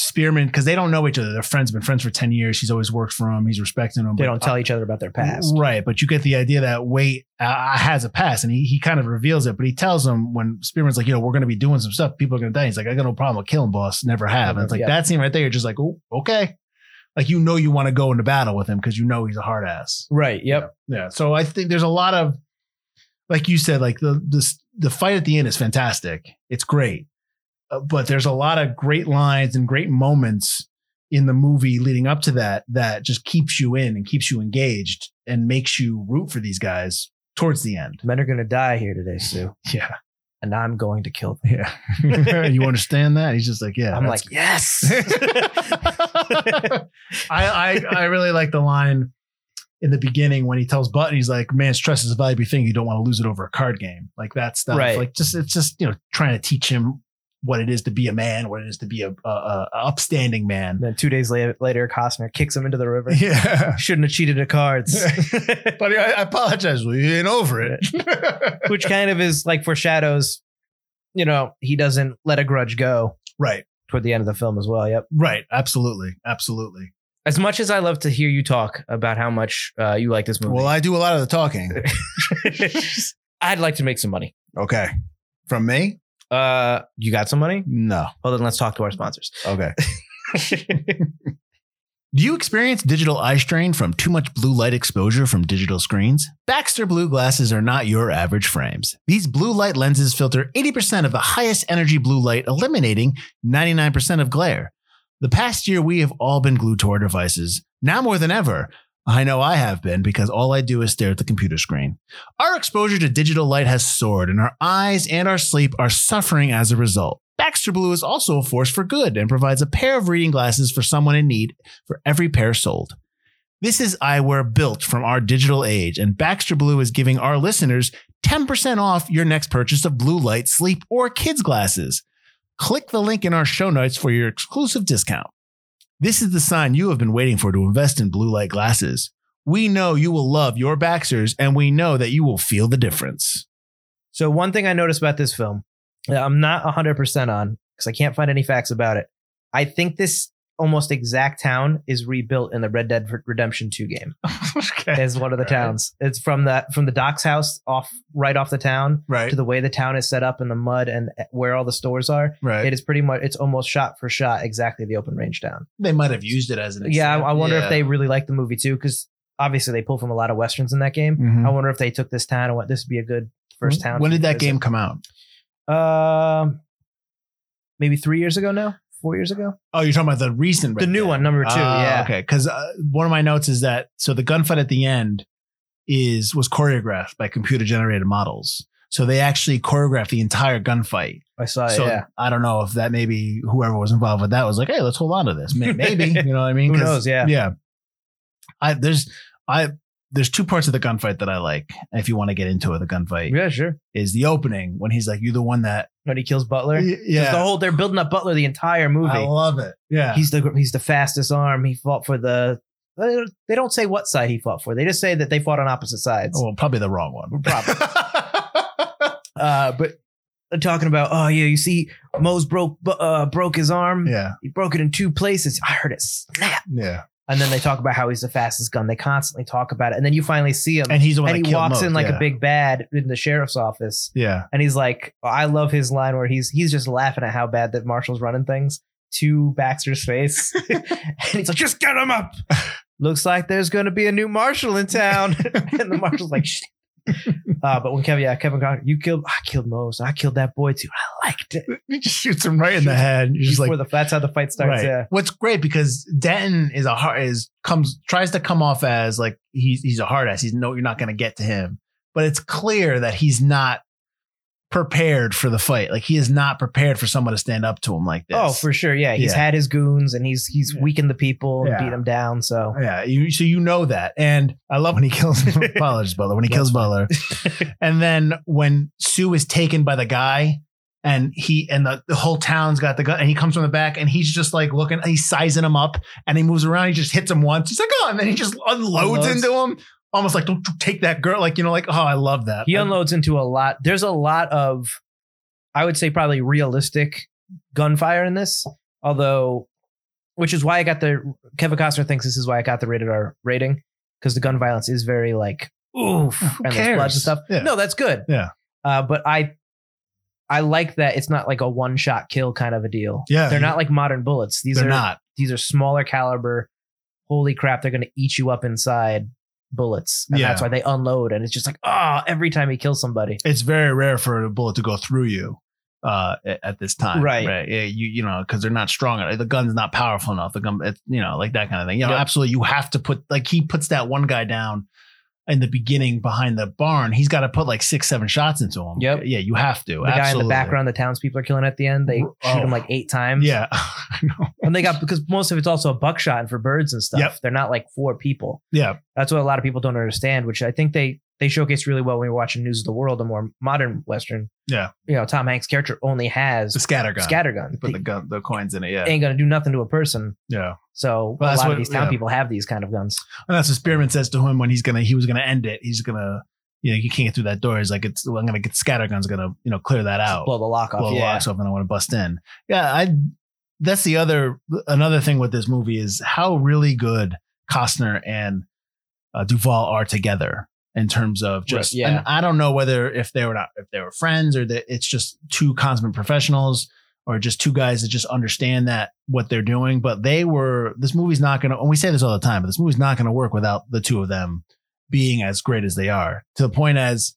[SPEAKER 5] Spearman because they don't know each other. They're friends, been friends for ten years. He's always worked for him. He's respecting him.
[SPEAKER 2] They
[SPEAKER 5] but-
[SPEAKER 2] don't tell each other about their past.
[SPEAKER 5] Right. But you get the idea that Wait uh, has a past and he, he kind of reveals it, but he tells him when Spearman's like, you know, we're going to be doing some stuff. People are going to die. He's like, I got no problem with killing boss. Never have. And it's like
[SPEAKER 2] Yeah.
[SPEAKER 5] that scene right there. You're just like, oh, okay. Like, you know, you want to go into battle with him because you know he's a hard ass.
[SPEAKER 2] Right. Yep.
[SPEAKER 5] Yeah. Yeah. So I think there's a lot of, like you said, like the, this, the fight at the end is fantastic. It's great. Uh, but there's a lot of great lines and great moments in the movie leading up to that that just keeps you in and keeps you engaged and makes you root for these guys towards the end.
[SPEAKER 2] Men are gonna die here today, Sue,
[SPEAKER 5] Yeah.
[SPEAKER 2] and I'm going to kill them.
[SPEAKER 5] Yeah. you understand that? He's just like, yeah.
[SPEAKER 2] I'm
[SPEAKER 5] that's-
[SPEAKER 2] like, yes.
[SPEAKER 5] I, I I really like the line in the beginning when he tells Button, he's like, "Man's trust is a valuable thing. You don't want to lose it over a card game like that stuff.
[SPEAKER 2] Right.
[SPEAKER 5] Like just it's just you know trying to teach him what it is to be a man, what it is to be a, a, a upstanding
[SPEAKER 2] And
[SPEAKER 5] man.
[SPEAKER 2] then two days later, later Costner kicks him into the river.
[SPEAKER 5] Yeah.
[SPEAKER 2] Shouldn't have cheated at cards,
[SPEAKER 5] but I I apologize. We ain't over it.
[SPEAKER 2] which kind of is like foreshadows. You know, he doesn't let a grudge go
[SPEAKER 5] right.
[SPEAKER 2] toward the end of the film as well. Yep.
[SPEAKER 5] Right. Absolutely. Absolutely.
[SPEAKER 2] As much as I love to hear you talk about how much uh, you like this movie,
[SPEAKER 5] Well, I do a lot of the talking.
[SPEAKER 2] I'd like to make some money.
[SPEAKER 5] Okay. From me?
[SPEAKER 2] Uh, you got some money?
[SPEAKER 5] No.
[SPEAKER 2] Well, then let's talk to our sponsors.
[SPEAKER 5] Okay. Do you experience digital eye strain from too much blue light exposure from digital screens? Baxter Blue glasses are not your average frames. These blue light lenses filter 80% of the highest energy blue light, eliminating 99% of glare. The past year, we have all been glued to our devices, now more than ever. I know I have been because all I do is stare at the computer screen. Our exposure to digital light has soared, and our eyes and our sleep are suffering as a result. Baxter Blue is also a force for good and provides a pair of reading glasses for someone in need for every pair sold. This is eyewear built from our digital age, and Baxter Blue is giving our listeners 10% off your next purchase of blue light, sleep, or kids' glasses. Click the link in our show notes for your exclusive discount. This is the sign you have been waiting for to invest in blue light glasses. We know you will love your Baxters, and we know that you will feel the difference.
[SPEAKER 2] So one thing I noticed about this film that I'm not 100% on because I can't find any facts about it. I think this almost exact town is rebuilt in the Red Dead Redemption 2 game.
[SPEAKER 5] okay.
[SPEAKER 2] As one of the
[SPEAKER 5] Right.
[SPEAKER 2] towns. It's from the from the docks house off right off the town
[SPEAKER 5] Right.
[SPEAKER 2] to the way the town is set up and the mud and eh, where all the stores are.
[SPEAKER 5] Right.
[SPEAKER 2] It is pretty much it's almost shot for shot exactly the open range town.
[SPEAKER 5] they might have used it as an
[SPEAKER 2] Yeah, I, I wonder
[SPEAKER 5] Yeah.
[SPEAKER 2] if they really like the movie too because obviously they pull from a lot of westerns in that game.
[SPEAKER 5] Mhm.
[SPEAKER 2] I wonder if they took this town and what this would be a good first town.
[SPEAKER 5] When did that
[SPEAKER 2] visit.
[SPEAKER 5] game come out?
[SPEAKER 2] Um, maybe three years ago now, four years ago.
[SPEAKER 5] Oh, you're talking about the recent,
[SPEAKER 2] the
[SPEAKER 5] Red
[SPEAKER 2] new
[SPEAKER 5] Dead.
[SPEAKER 2] one, number two.
[SPEAKER 5] Ah,
[SPEAKER 2] yeah.
[SPEAKER 5] Okay. Because uh, one of my notes is that so the gunfight at the end is was choreographed by computer generated models. So they actually choreographed the entire gunfight.
[SPEAKER 2] I saw it.
[SPEAKER 5] so
[SPEAKER 2] yeah.
[SPEAKER 5] I don't know if that maybe whoever was involved with that was like, hey, let's hold on to this. May- Maybe you know what I mean?
[SPEAKER 2] Who knows?
[SPEAKER 5] 'Cause-
[SPEAKER 2] Yeah.
[SPEAKER 5] Yeah. I there's I there's two parts of the gunfight that I like. If you want to get into it, the gunfight
[SPEAKER 2] Yeah, sure.
[SPEAKER 5] is the opening when he's like, "You're the one that."
[SPEAKER 2] When he kills Butler,
[SPEAKER 5] Y- yeah.
[SPEAKER 2] the whole they're building up Butler the entire movie.
[SPEAKER 5] I love it. Yeah.
[SPEAKER 2] he's the he's the fastest arm. He fought for the. They don't- they don't say what side he fought for. They just say that they fought on opposite sides.
[SPEAKER 5] well, probably the wrong one.
[SPEAKER 2] Probably. Uh, but they're talking about oh yeah, you see, Mose broke bu- uh, broke his arm.
[SPEAKER 5] yeah.
[SPEAKER 2] He broke it in two places. I heard it snap.
[SPEAKER 5] Yeah.
[SPEAKER 2] And then they talk about how he's the fastest gun. They constantly talk about it, and then you finally see him, and,
[SPEAKER 5] And he's the one that
[SPEAKER 2] he
[SPEAKER 5] killed
[SPEAKER 2] walks
[SPEAKER 5] Moe.
[SPEAKER 2] in like
[SPEAKER 5] yeah.
[SPEAKER 2] a big bad in the sheriff's office,
[SPEAKER 5] Yeah.
[SPEAKER 2] and he's like, I love his line where he's he's just laughing at how bad that Marshall's running things to Baxter's face, and he's like, just get him up. Looks like there's going to be a new marshal in town, and the marshal's like, shit. Uh, but when Kevin, yeah, Kevin Conner, you killed, I killed Mose, I killed that boy too. I liked it.
[SPEAKER 5] He just shoots him right in the head. You're just
[SPEAKER 2] Before
[SPEAKER 5] like,
[SPEAKER 2] the that's how the fight starts.
[SPEAKER 5] right.
[SPEAKER 2] Yeah.
[SPEAKER 5] What's great because Denton is a hard is comes tries to come off as like he's he's a hard ass. He's no, you're not going to get to him. But it's clear that he's not prepared for the fight. Like he is not prepared for someone to stand up to him like this.
[SPEAKER 2] Oh, for sure. Yeah, he's
[SPEAKER 5] Yeah.
[SPEAKER 2] had his goons and he's he's
[SPEAKER 5] Yeah.
[SPEAKER 2] weakened the people and
[SPEAKER 5] Yeah.
[SPEAKER 2] beat them down. So
[SPEAKER 5] Yeah, you so you know that, and I love when he kills Butler's Butler when he kills Butler, and then when Sue is taken by the guy, and he and the, the whole town's got the gun, and he comes from the back, and he's just like looking, he's sizing him up, and he moves around, he just hits him once, he's like oh, and then he just unloads,
[SPEAKER 2] Unloads.
[SPEAKER 5] into him, almost like don't you take that girl, like you know, like oh, I love that.
[SPEAKER 2] he unloads into a lot. There's a lot of, I would say, probably realistic gunfire in this. Although, which is why I got the Kevin Costner thinks this is why I got the rated R rating because the gun violence is very like oof and there's blood and
[SPEAKER 5] cares?
[SPEAKER 2] stuff.
[SPEAKER 5] Yeah.
[SPEAKER 2] No, that's good.
[SPEAKER 5] Yeah.
[SPEAKER 2] Uh, but I, I like that it's not like a one shot kill kind of a deal.
[SPEAKER 5] Yeah.
[SPEAKER 2] They're not like modern bullets. These
[SPEAKER 5] they're
[SPEAKER 2] are
[SPEAKER 5] not.
[SPEAKER 2] these are smaller caliber. Holy crap, they're going to eat you up inside bullets. And
[SPEAKER 5] Yeah.
[SPEAKER 2] that's why they unload. And it's just like, ah, every time he kills somebody.
[SPEAKER 5] It's very rare for a bullet to go through you. Uh, at- at this time,
[SPEAKER 2] Right.
[SPEAKER 5] Yeah, you you know, because they're not strong. enough. The gun's not powerful enough. The gun, it, you know, like that kind of thing. You know,
[SPEAKER 2] Yep.
[SPEAKER 5] absolutely. You have to put like he puts that one guy down in the beginning behind the barn. He's got to put like six, seven shots into him.
[SPEAKER 2] Yep.
[SPEAKER 5] Yeah, you have to.
[SPEAKER 2] The
[SPEAKER 5] absolutely.
[SPEAKER 2] guy in the background, the townspeople are killing at the end. They
[SPEAKER 5] Oh.
[SPEAKER 2] shoot him like eight times.
[SPEAKER 5] Yeah, I know.
[SPEAKER 2] And they got, because most of it's also a buckshot and for birds and stuff.
[SPEAKER 5] Yep.
[SPEAKER 2] They're not like four people.
[SPEAKER 5] Yeah,
[SPEAKER 2] That's what a lot of people don't understand, which I think they, they showcase really well when we are watching News of the World, a more modern Western.
[SPEAKER 5] Yeah.
[SPEAKER 2] You know, Tom Hanks' character only has
[SPEAKER 5] the scatter gun. They
[SPEAKER 2] scattergun.
[SPEAKER 5] put the gun, the coins in it. Yeah,
[SPEAKER 2] ain't going to do nothing to a person.
[SPEAKER 5] yeah.
[SPEAKER 2] So
[SPEAKER 5] Well,
[SPEAKER 2] a
[SPEAKER 5] that's
[SPEAKER 2] lot
[SPEAKER 5] what-
[SPEAKER 2] of these town
[SPEAKER 5] yeah.
[SPEAKER 2] people have these kind of guns.
[SPEAKER 5] And that's what Spearman says to him when he's gonna he was gonna end it. He's gonna you know you can't get through that door. He's like it's I'm gonna get scattergun's gonna you know clear that out.
[SPEAKER 2] blow the lock off.
[SPEAKER 5] blow
[SPEAKER 2] yeah.
[SPEAKER 5] locks off and I want to bust in. Yeah, I that's the other another thing with this movie is how really good Costner and uh, Duvall are together in terms of just
[SPEAKER 2] Right, yeah.
[SPEAKER 5] and I don't know whether if they were not if they were friends or that it's just two consummate professionals or just two guys that just understand that what they're doing but they were this movie's not going to and we say this all the time but this movie's not going to work without the two of them being as great as they are to the point as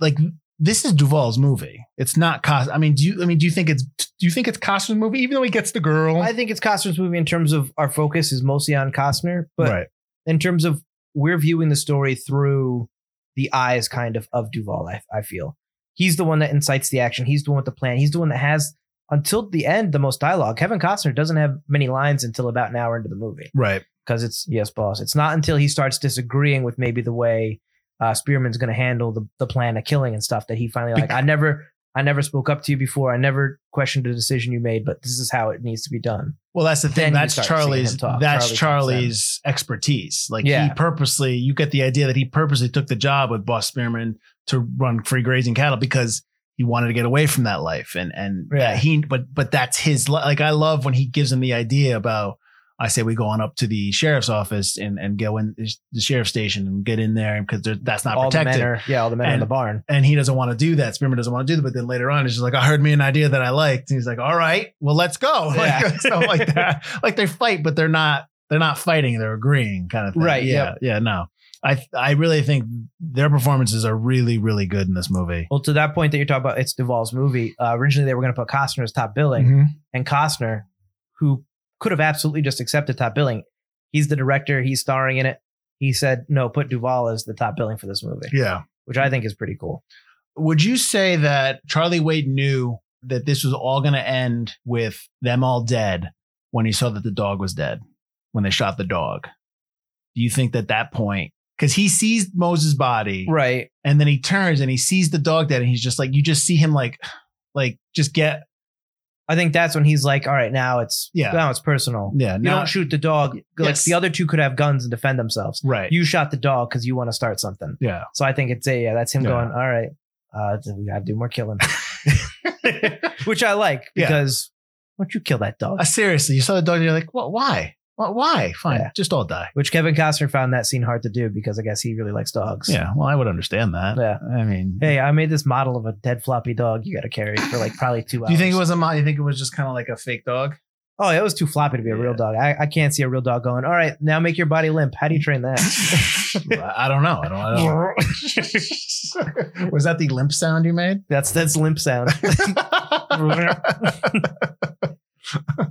[SPEAKER 5] like this is Duvall's movie. It's not Cost. I mean, do you? I mean, do you think it's? Do you think it's Costner's movie? Even though he gets the girl,
[SPEAKER 2] I think it's Costner's movie in terms of our focus is mostly on Costner, but
[SPEAKER 5] right?
[SPEAKER 2] in terms of we're viewing the story through the eyes kind of of Duval, I, I feel. He's the one that incites the action. He's the one with the plan. He's the one that has until the end the most dialogue. Kevin Costner doesn't have many lines until about an hour into the movie
[SPEAKER 5] Right.
[SPEAKER 2] because it's yes, boss. It's not until he starts disagreeing with maybe the way uh, Spearman's going to handle the, the plan of killing and stuff that he finally like. I never, I never spoke up to you before. I never questioned the decision you made, but this is how it needs to be done.
[SPEAKER 5] Well, that's the
[SPEAKER 2] Then
[SPEAKER 5] thing.
[SPEAKER 2] you
[SPEAKER 5] That's
[SPEAKER 2] start seeing
[SPEAKER 5] Charlie's.
[SPEAKER 2] him talk. Charlie comes
[SPEAKER 5] That's
[SPEAKER 2] in.
[SPEAKER 5] Charlie's expertise. Like he
[SPEAKER 2] Yeah.
[SPEAKER 5] purposely, you get the idea that he purposely took the job with Boss Spearman to run free grazing cattle because he wanted to get away from that life. And and
[SPEAKER 2] Yeah.
[SPEAKER 5] yeah, he. But but that's his. li- Like I love when he gives him the idea about. I say we go on up to the sheriff's office and and go in the sheriff's station and get in there because they're- that's not
[SPEAKER 2] all
[SPEAKER 5] protected.
[SPEAKER 2] the men are, yeah, all the men are in
[SPEAKER 5] And-
[SPEAKER 2] the barn.
[SPEAKER 5] and he doesn't want to do that. Spearman doesn't want to do that. But then later on, it's just like, I heard me an idea that I liked. And he's like, all right, well, let's go. Like,
[SPEAKER 2] Yeah.
[SPEAKER 5] stuff like that. Like they fight, but they're not, they're not fighting. They're agreeing kind of thing.
[SPEAKER 2] Right,
[SPEAKER 5] Yeah. Yeah. No, I, I really think their performances are really, really good in this movie.
[SPEAKER 2] Well, to that point that you're talking about, it's Duvall's movie. Uh, originally, they were going to put Costner as top billing,
[SPEAKER 5] Mm-hmm.
[SPEAKER 2] and Costner, who could have absolutely just accepted top billing, he's the director, he's starring in it. He said, "No, put Duvall as the top billing for this movie,"
[SPEAKER 5] Yeah.
[SPEAKER 2] which I think is pretty cool.
[SPEAKER 5] Would you say that Charlie Wade knew that this was all going to end with them all dead when he saw that the dog was dead when they shot the dog? Do you think that that point because he sees Moses' body,
[SPEAKER 2] Right.
[SPEAKER 5] and then he turns and he sees the dog dead, and he's just like, you just see him like, like just get
[SPEAKER 2] I think that's when he's like, all right, now it's
[SPEAKER 5] Yeah.
[SPEAKER 2] now it's personal.
[SPEAKER 5] yeah,
[SPEAKER 2] You
[SPEAKER 5] now-
[SPEAKER 2] don't shoot the dog. Like
[SPEAKER 5] Yes.
[SPEAKER 2] the other two could have guns and defend themselves.
[SPEAKER 5] right,
[SPEAKER 2] You shot the dog because you want to start something.
[SPEAKER 5] yeah.
[SPEAKER 2] So I think it's a yeah, that's him
[SPEAKER 5] Yeah.
[SPEAKER 2] going, all right, uh, th- we gotta do more killing. Which I like
[SPEAKER 5] Yeah.
[SPEAKER 2] because why don't you kill that dog?
[SPEAKER 5] Uh, seriously, you saw the dog, and you're like, what? Why? What? Why? Fine,
[SPEAKER 2] Yeah.
[SPEAKER 5] just all die.
[SPEAKER 2] Which Kevin Costner found that scene hard to do because I guess he really likes dogs.
[SPEAKER 5] Yeah, well, I would understand that.
[SPEAKER 2] Yeah.
[SPEAKER 5] I mean,
[SPEAKER 2] Hey, I made this model of a dead floppy dog you gotta carry for like probably two hours.
[SPEAKER 5] do you think it was a mod? You think it was just kind of like a fake dog?
[SPEAKER 2] Oh, it was too floppy to be a real
[SPEAKER 5] Yeah.
[SPEAKER 2] dog. I, I can't see a real dog going, all right, now make your body limp. How do you train that?
[SPEAKER 5] I I don't know. I don't. I don't know. was that the limp sound you made?
[SPEAKER 2] That's that's limp sound.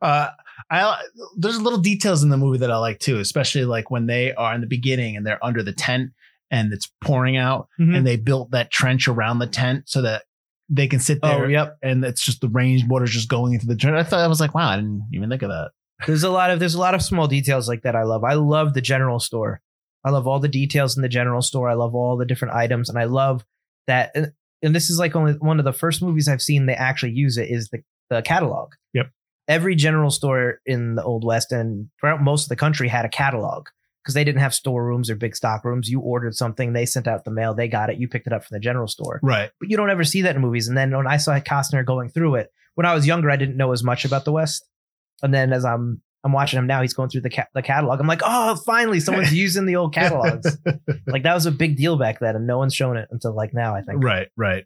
[SPEAKER 5] uh, I there's little details in the movie that I like too, especially like when they are in the beginning and they're under the tent and it's pouring out,
[SPEAKER 2] Mhm.
[SPEAKER 5] and they built that trench around the tent so that they can sit
[SPEAKER 2] Oh,
[SPEAKER 5] there.
[SPEAKER 2] yep.
[SPEAKER 5] And it's just the rain water's just going into the trench. I thought I was like, wow, I didn't even think of that.
[SPEAKER 2] There's a lot of there's a lot of small details like that I love. I love the general store. I love all the details in the general store. I love all the different items, and I love that. And, and this is like only one of the first movies I've seen they actually use it is the the catalog.
[SPEAKER 5] Yep.
[SPEAKER 2] Every general store in the old west and throughout most of the country had a catalog because they didn't have storerooms or big stock rooms. You ordered something, they sent out the mail, they got it, you picked it up from the general store.
[SPEAKER 5] Right.
[SPEAKER 2] but you don't ever see that in movies. And then when I saw Costner going through it, when I was younger, I didn't know as much about the West. And then as I'm I'm watching him now, he's going through the ca- the catalog. I'm like, oh, finally, someone's using the old catalogs. like that was a big deal back then, and no one's shown it until like now. I think.
[SPEAKER 5] Right, right.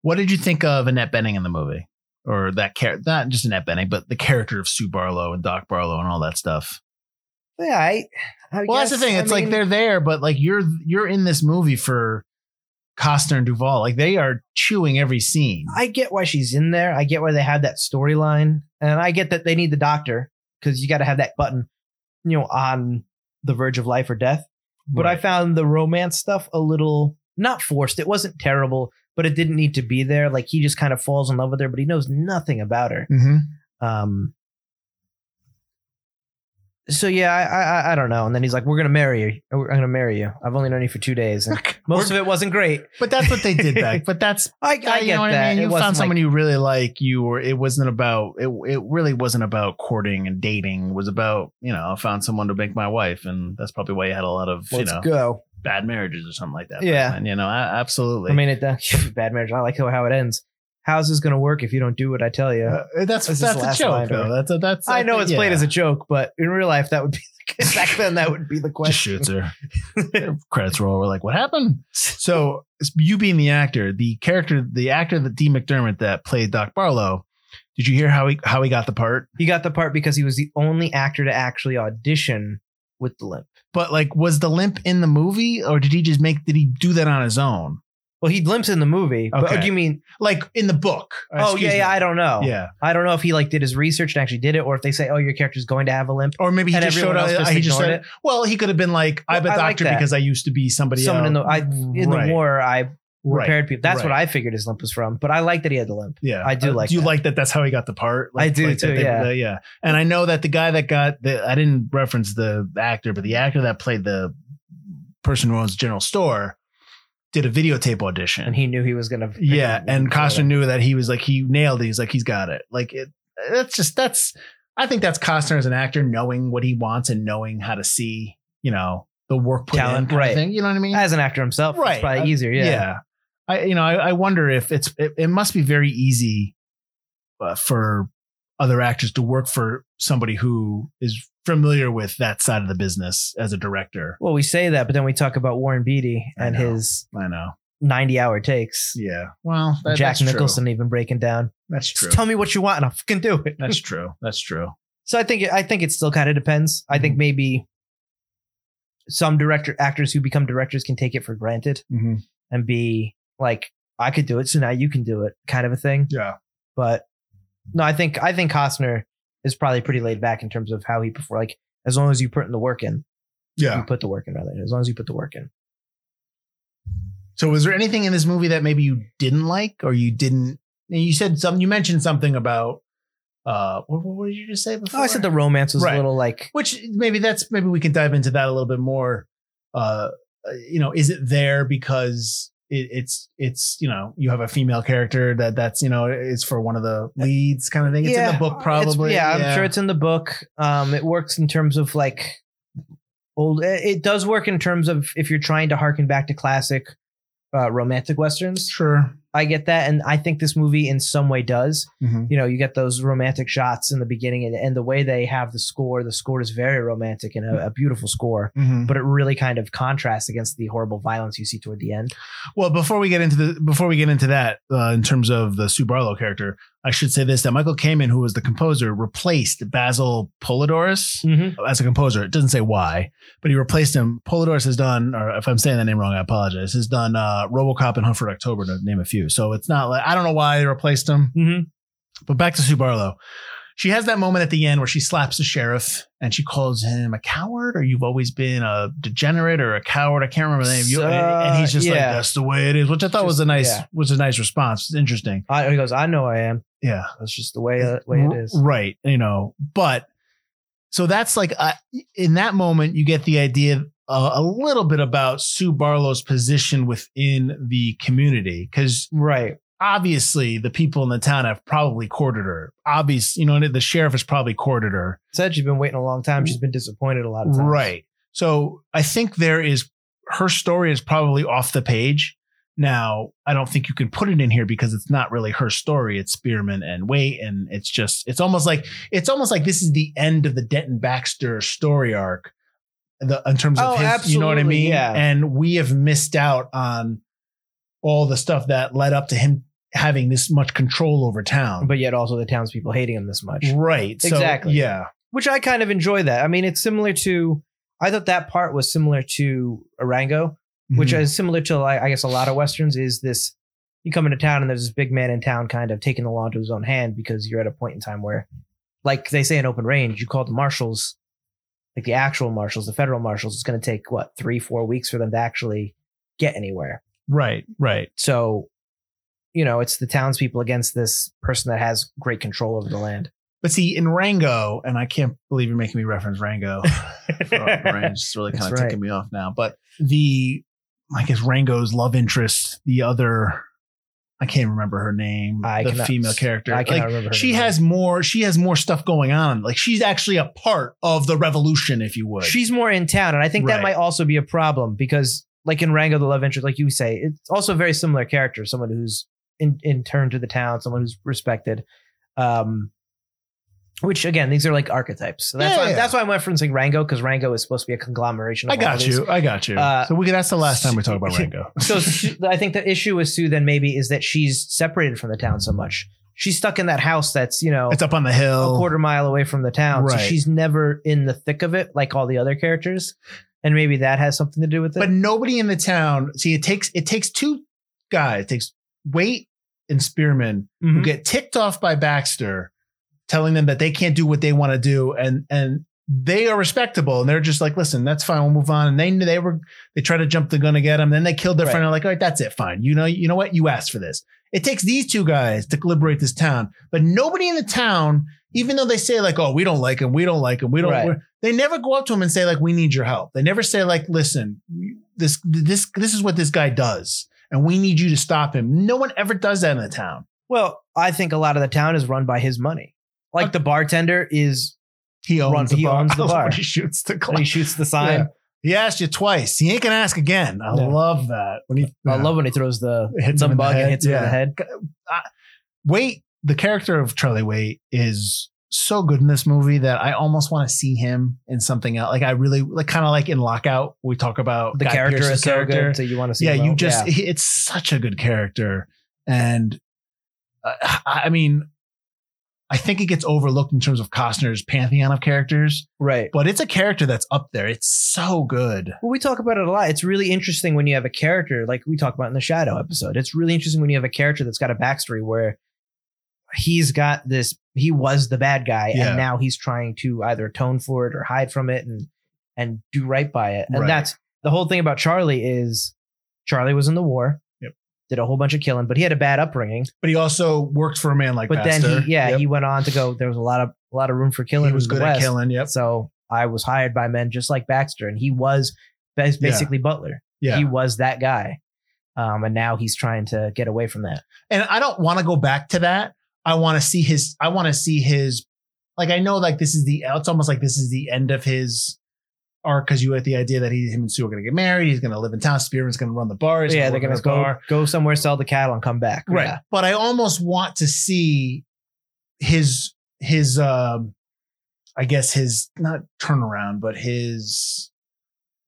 [SPEAKER 5] What did you think of Annette Benning in the movie? Or that character, not just Annette Benning, but the character of Sue Barlow and Doc Barlow and all that stuff.
[SPEAKER 2] Yeah. I, I
[SPEAKER 5] Well, that's
[SPEAKER 2] guess,
[SPEAKER 5] the thing.
[SPEAKER 2] I
[SPEAKER 5] It's like
[SPEAKER 2] mean,
[SPEAKER 5] they're there, but like you're you're in this movie for Costner and Duvall. Like they are chewing every scene.
[SPEAKER 2] I get why she's in there. I get why they have that storyline, and I get that they need the doctor because you got to have that button, you know, on the verge of life or death. But I found the romance stuff a little not forced. It wasn't terrible, but it didn't need to be there. Like he just kind of falls in love with her, but he knows nothing about her.
[SPEAKER 5] mm-hmm.
[SPEAKER 2] Um. So yeah, I, I I don't know. And then he's like, "We're gonna marry you. I'm gonna marry you. I've only known you for two days." And most of it wasn't great.
[SPEAKER 5] but that's what they did back. But that's
[SPEAKER 2] I, I
[SPEAKER 5] you
[SPEAKER 2] get
[SPEAKER 5] know what
[SPEAKER 2] that.
[SPEAKER 5] I mean.
[SPEAKER 2] It
[SPEAKER 5] You
[SPEAKER 2] wasn't
[SPEAKER 5] found
[SPEAKER 2] like-
[SPEAKER 5] someone you really like. You were. It wasn't about. It. It really wasn't about courting and dating. It was about you know. I found someone to make my wife, and that's probably why you had a lot of you
[SPEAKER 2] Let's
[SPEAKER 5] know
[SPEAKER 2] go.
[SPEAKER 5] bad marriages or something like that. back
[SPEAKER 2] Yeah.
[SPEAKER 5] then, you know. I, absolutely.
[SPEAKER 2] I mean, it, uh, bad marriage. I like how, how it ends. How's this going to work if you don't do what I tell you?
[SPEAKER 5] Uh, that's
[SPEAKER 2] This is
[SPEAKER 5] that's
[SPEAKER 2] the
[SPEAKER 5] a
[SPEAKER 2] last
[SPEAKER 5] joke
[SPEAKER 2] line,
[SPEAKER 5] though.
[SPEAKER 2] right?
[SPEAKER 5] That's a, that's.
[SPEAKER 2] I know
[SPEAKER 5] think-
[SPEAKER 2] it's played
[SPEAKER 5] yeah.
[SPEAKER 2] as a joke, but in real life, that would be back then. That would be the
[SPEAKER 5] Just
[SPEAKER 2] question.
[SPEAKER 5] shoots her. Credits roll. We're like, what happened? So you being the actor, the character, the actor that D McDermott that played Doc Barlow. Did you hear how he how he got the part?
[SPEAKER 2] He got the part because he was the only actor to actually audition with the limp.
[SPEAKER 5] But like, was the limp in the movie, or did he just make? Did he do that on his own?
[SPEAKER 2] Well, he limps in the movie. But
[SPEAKER 5] Okay.
[SPEAKER 2] oh, do you mean?
[SPEAKER 5] Like in the book? Uh,
[SPEAKER 2] Oh yeah, yeah. I don't know.
[SPEAKER 5] Yeah,
[SPEAKER 2] I don't know if he like did his research and actually did it, or if they say, "Oh, your character's going to have a limp."
[SPEAKER 5] or maybe he
[SPEAKER 2] And
[SPEAKER 5] just showed
[SPEAKER 2] everyone
[SPEAKER 5] up. uh,
[SPEAKER 2] else just
[SPEAKER 5] he just
[SPEAKER 2] ignored
[SPEAKER 5] said,
[SPEAKER 2] it?
[SPEAKER 5] "Well, he could have been like, I'm a
[SPEAKER 2] Well, I like
[SPEAKER 5] doctor
[SPEAKER 2] that.
[SPEAKER 5] because I used to be somebody
[SPEAKER 2] Someone in the
[SPEAKER 5] else."
[SPEAKER 2] I in
[SPEAKER 5] Right.
[SPEAKER 2] the war, I
[SPEAKER 5] Right.
[SPEAKER 2] repaired people. That's
[SPEAKER 5] Right.
[SPEAKER 2] what I figured his limp was from. But I like that he had the limp.
[SPEAKER 5] Yeah, uh,
[SPEAKER 2] I do like
[SPEAKER 5] Do you
[SPEAKER 2] that.
[SPEAKER 5] like that? That's how he got the part. Like,
[SPEAKER 2] I do
[SPEAKER 5] like that
[SPEAKER 2] too,
[SPEAKER 5] they-
[SPEAKER 2] yeah.
[SPEAKER 5] they- yeah. And I know that the guy that got the I didn't reference the actor, but the actor that played the person who owns the general store did a videotape audition.
[SPEAKER 2] And he knew he was going to.
[SPEAKER 5] yeah, and Costner knew that he was like he nailed it. He's like he's got it. Like it. That's just that's. I think that's Costner as an actor knowing what he wants and knowing how to see you know the work put in
[SPEAKER 2] Talent,
[SPEAKER 5] kind of
[SPEAKER 2] right.
[SPEAKER 5] thing. You know what I mean?
[SPEAKER 2] as an actor himself, right?
[SPEAKER 5] Right. uh,
[SPEAKER 2] It's probably easier. Yeah.
[SPEAKER 5] I you know I, I wonder if it's it, it must be very easy uh, for other actors to work for somebody who is familiar with that side of the business as a director.
[SPEAKER 2] Well, we say that, but then we talk about Warren Beatty
[SPEAKER 5] I
[SPEAKER 2] and
[SPEAKER 5] know.
[SPEAKER 2] his
[SPEAKER 5] I know.
[SPEAKER 2] 90 hour takes.
[SPEAKER 5] Yeah. Well, that-
[SPEAKER 2] Jack
[SPEAKER 5] that's
[SPEAKER 2] Nicholson even breaking down.
[SPEAKER 5] True. That's true.
[SPEAKER 2] Just tell me what you want and I'll fucking do it.
[SPEAKER 5] That's true. That's true.
[SPEAKER 2] So I think I think it still kind of depends. I
[SPEAKER 5] Mm-hmm.
[SPEAKER 2] think maybe some director actors who become directors can take it for granted
[SPEAKER 5] Mm-hmm.
[SPEAKER 2] and be like, I could do it, so now you can do it, kind of a thing.
[SPEAKER 5] Yeah.
[SPEAKER 2] But no, I think I think Costner is probably pretty laid back in terms of how he perform. Like as long as you put in the work in, you
[SPEAKER 5] Yeah.
[SPEAKER 2] put the work in rather. As long as you put the work in.
[SPEAKER 5] So, was there anything in this movie that maybe you didn't like, or you didn't? You said some. You mentioned something about. Uh, what, what did you just say before?
[SPEAKER 2] Oh, I said Oh, the romance was
[SPEAKER 5] Right.
[SPEAKER 2] a little like
[SPEAKER 5] which maybe that's maybe we can dive into that a little bit more uh, you know, is it there because it, it's it's you know you have a female character that that's you know is for one of the leads kind of thing. It's in the book
[SPEAKER 2] Uh, It's-
[SPEAKER 5] probably.
[SPEAKER 2] yeah, I'm sure it's in the book. Um, it works in terms of like old. It it does work in terms of if you're trying to harken back to classic uh, romantic westerns.
[SPEAKER 5] sure.
[SPEAKER 2] I get that, and I think this movie in some way does.
[SPEAKER 5] Mhm.
[SPEAKER 2] You know, you get those romantic shots in the beginning, and, and the way they have the score. The score is very romantic and a, a beautiful score.
[SPEAKER 5] Mhm.
[SPEAKER 2] But it really kind of contrasts against the horrible violence you see toward the end.
[SPEAKER 5] Well, before we get into the before we get into that, uh, in terms of the Sue Barlow character, I should say this: that Michael Kamen, who was the composer, replaced Basil Polidorus
[SPEAKER 2] Mm-hmm.
[SPEAKER 5] as a composer. It doesn't say why, but he replaced him. Polidorus has done, or if I'm saying that name wrong, I apologize. Has done uh, RoboCop and Hunt for October, to name a few. So it's not like I don't know why they replaced him.
[SPEAKER 2] Mm-hmm.
[SPEAKER 5] But back to Sue Barlow. She has that moment at the end where she slaps the sheriff and she calls him a coward, or you've always been a degenerate or a coward. I can't remember the name. You-
[SPEAKER 2] So,
[SPEAKER 5] and he's just like,
[SPEAKER 2] yeah.
[SPEAKER 5] "That's the way it is," which I thought was
[SPEAKER 2] Just-
[SPEAKER 5] a nice
[SPEAKER 2] yeah.
[SPEAKER 5] was a nice response. It's interesting.
[SPEAKER 2] I, he goes, "I know I am.
[SPEAKER 5] Yeah,
[SPEAKER 2] That's just the way uh, way
[SPEAKER 5] Mm-hmm.
[SPEAKER 2] it is."
[SPEAKER 5] Right. You know, but so that's like uh, in that moment, you get the idea uh, a little bit about Sue Barlow's position within the community because
[SPEAKER 2] Right.
[SPEAKER 5] obviously the people in the town have probably courted her. Obvious, you know, the sheriff has probably courted her.
[SPEAKER 2] Said she's been waiting a long time. She's been disappointed a lot of times.
[SPEAKER 5] Right. So I think there is her story is probably off the page. Now, I don't think you can put it in here because it's not really her story. It's Spearman and Wait, and it's just it's almost like it's almost like this is the end of the Denton Baxter story arc. The, in terms of
[SPEAKER 2] Oh,
[SPEAKER 5] his, you know what I
[SPEAKER 2] absolutely,
[SPEAKER 5] mean?
[SPEAKER 2] yeah.
[SPEAKER 5] And we have missed out on all the stuff that led up to him having this much control over town.
[SPEAKER 2] But yet also the townspeople hating him this much,
[SPEAKER 5] right. So,
[SPEAKER 2] Exactly.
[SPEAKER 5] Yeah.
[SPEAKER 2] which I kind of enjoy that. I mean, it's similar to, I thought that part was similar to Arango, which
[SPEAKER 5] Mhm.
[SPEAKER 2] is similar to, like, I guess, a lot of Westerns is this you come into town and there's this big man in town kind of taking the law into his own hand because you're at a point in time where, like they say in open range, you call the marshals, like the actual marshals, the federal marshals, it's going to take what, three, four weeks for them to actually get anywhere.
[SPEAKER 5] right, right.
[SPEAKER 2] So, you know, it's the townspeople against this person that has great control over the land.
[SPEAKER 5] But see, in Rango, and I can't believe you're making me reference Rango. it's really
[SPEAKER 2] That's
[SPEAKER 5] kind of
[SPEAKER 2] right.
[SPEAKER 5] ticking me off now. But the, I guess Rango's love interest, the other, I can't remember her name.
[SPEAKER 2] I
[SPEAKER 5] the
[SPEAKER 2] cannot-
[SPEAKER 5] female character.
[SPEAKER 2] I cannot
[SPEAKER 5] Like,
[SPEAKER 2] remember. her
[SPEAKER 5] she
[SPEAKER 2] name.
[SPEAKER 5] has more. She has more stuff going on. Like she's actually a part of the revolution, if you would.
[SPEAKER 2] She's more in town, and I think that
[SPEAKER 5] Right.
[SPEAKER 2] might also be a problem because, like in Rango, the love interest, like you say, it's also a very similar character, someone who's in in turn to the town, someone who's respected. Um, which again, these are like archetypes. So that's
[SPEAKER 5] Yeah,
[SPEAKER 2] why
[SPEAKER 5] yeah.
[SPEAKER 2] that's why I'm referencing Rango because Rango is supposed to be a conglomeration. Of
[SPEAKER 5] I
[SPEAKER 2] all
[SPEAKER 5] got
[SPEAKER 2] these.
[SPEAKER 5] you. I got you.
[SPEAKER 2] Uh,
[SPEAKER 5] so we could. That's the last time we talk about Rango.
[SPEAKER 2] so Sue- I think the issue with Sue then maybe is that she's separated from the town so much. She's stuck in that house that's you know
[SPEAKER 5] It's up on the hill.
[SPEAKER 2] a quarter mile away from the town, so
[SPEAKER 5] Right.
[SPEAKER 2] she's never in the thick of it like all the other characters, and maybe that has something to do with it.
[SPEAKER 5] but nobody in the town. See, it takes it takes two guys. It takes Wait and Spearman who
[SPEAKER 2] Mhm.
[SPEAKER 5] get ticked off by Baxter, telling them that they can't do what they want to do, and and they are respectable, and they're just like, listen, that's fine, we'll move on. And they knew they were they tried to jump the gun to get him, then they killed their
[SPEAKER 2] Right.
[SPEAKER 5] friend. They're like, all right, that's it, fine. You know, you know what, you asked for this. It takes these two guys to liberate this town, but nobody in the town, even though they say like, oh, we don't like him, we don't like him, we don't.
[SPEAKER 2] Right.
[SPEAKER 5] we're- They never go up to him and say like, we need your help. They never say like, listen, this this this is what this guy does, and we need you to stop him. No one ever does that in the town.
[SPEAKER 2] well, I think a lot of the town is run by his money. Like the bartender is,
[SPEAKER 5] He owns
[SPEAKER 2] Runs-
[SPEAKER 5] the
[SPEAKER 2] he
[SPEAKER 5] bar.
[SPEAKER 2] owns the
[SPEAKER 5] I love
[SPEAKER 2] bar.
[SPEAKER 5] when He shoots the
[SPEAKER 2] and he
[SPEAKER 5] glass.
[SPEAKER 2] shoots the sign.
[SPEAKER 5] He asked you twice. He ain't gonna ask again. I
[SPEAKER 2] No.
[SPEAKER 5] love that. When he
[SPEAKER 2] I love when he throws the
[SPEAKER 5] It hits him
[SPEAKER 2] some
[SPEAKER 5] in the
[SPEAKER 2] bug and
[SPEAKER 5] head,
[SPEAKER 2] hits him in
[SPEAKER 5] yeah.
[SPEAKER 2] the head.
[SPEAKER 5] Wait. The character of Charlie Wait is so good in this movie that I almost want to see him in something else. Like I really like kind of like in Lockout. We talk about
[SPEAKER 2] The
[SPEAKER 5] Guy
[SPEAKER 2] character
[SPEAKER 5] Pearce's
[SPEAKER 2] is so good, so you want to see.
[SPEAKER 5] yeah,
[SPEAKER 2] him
[SPEAKER 5] you
[SPEAKER 2] out.
[SPEAKER 5] just
[SPEAKER 2] Yeah.
[SPEAKER 5] he- it's such a good character, and uh, I I mean, I think it gets overlooked in terms of Costner's pantheon of characters,
[SPEAKER 2] right.
[SPEAKER 5] but it's a character that's up there. It's so good.
[SPEAKER 2] Well, we talk about it a lot. It's really interesting when you have a character, like we talk about in the Shadow episode. It's really interesting when you have a character that's got a backstory where he's got this, he was the bad guy,
[SPEAKER 5] Yeah.
[SPEAKER 2] and now he's trying to either atone for it or hide from it and and do right by it. And
[SPEAKER 5] Right.
[SPEAKER 2] that's the whole thing about Charlie is Charlie was in the war,
[SPEAKER 5] Yep.
[SPEAKER 2] did a whole bunch of killing, but he had a bad upbringing.
[SPEAKER 5] But he also worked for a man like
[SPEAKER 2] but
[SPEAKER 5] Baxter.
[SPEAKER 2] then he, yeah,
[SPEAKER 5] Yep.
[SPEAKER 2] he went on to go. There was a lot of a lot of room for
[SPEAKER 5] He
[SPEAKER 2] killing. in
[SPEAKER 5] was
[SPEAKER 2] the
[SPEAKER 5] good at
[SPEAKER 2] West.
[SPEAKER 5] killing. Yep.
[SPEAKER 2] So I was hired by men just like Baxter, and he was That's
[SPEAKER 5] Yeah.
[SPEAKER 2] basically Butler.
[SPEAKER 5] Yeah.
[SPEAKER 2] He was that guy. Um, and now he's trying to get away from that.
[SPEAKER 5] and I don't want to go back to that. I want to see his. I want to see his. Like I know, like this is the. It's almost like this is the end of his arc because you had the idea that he, him and Sue are going to get married. He's going to live in town. Spearman's going to run the bar. he's
[SPEAKER 2] yeah, they're
[SPEAKER 5] work
[SPEAKER 2] gonna
[SPEAKER 5] at a
[SPEAKER 2] go
[SPEAKER 5] bar.
[SPEAKER 2] go somewhere, sell the cattle, and come back.
[SPEAKER 5] right.
[SPEAKER 2] Yeah.
[SPEAKER 5] But I almost want to see his his. um I guess his not turnaround, but his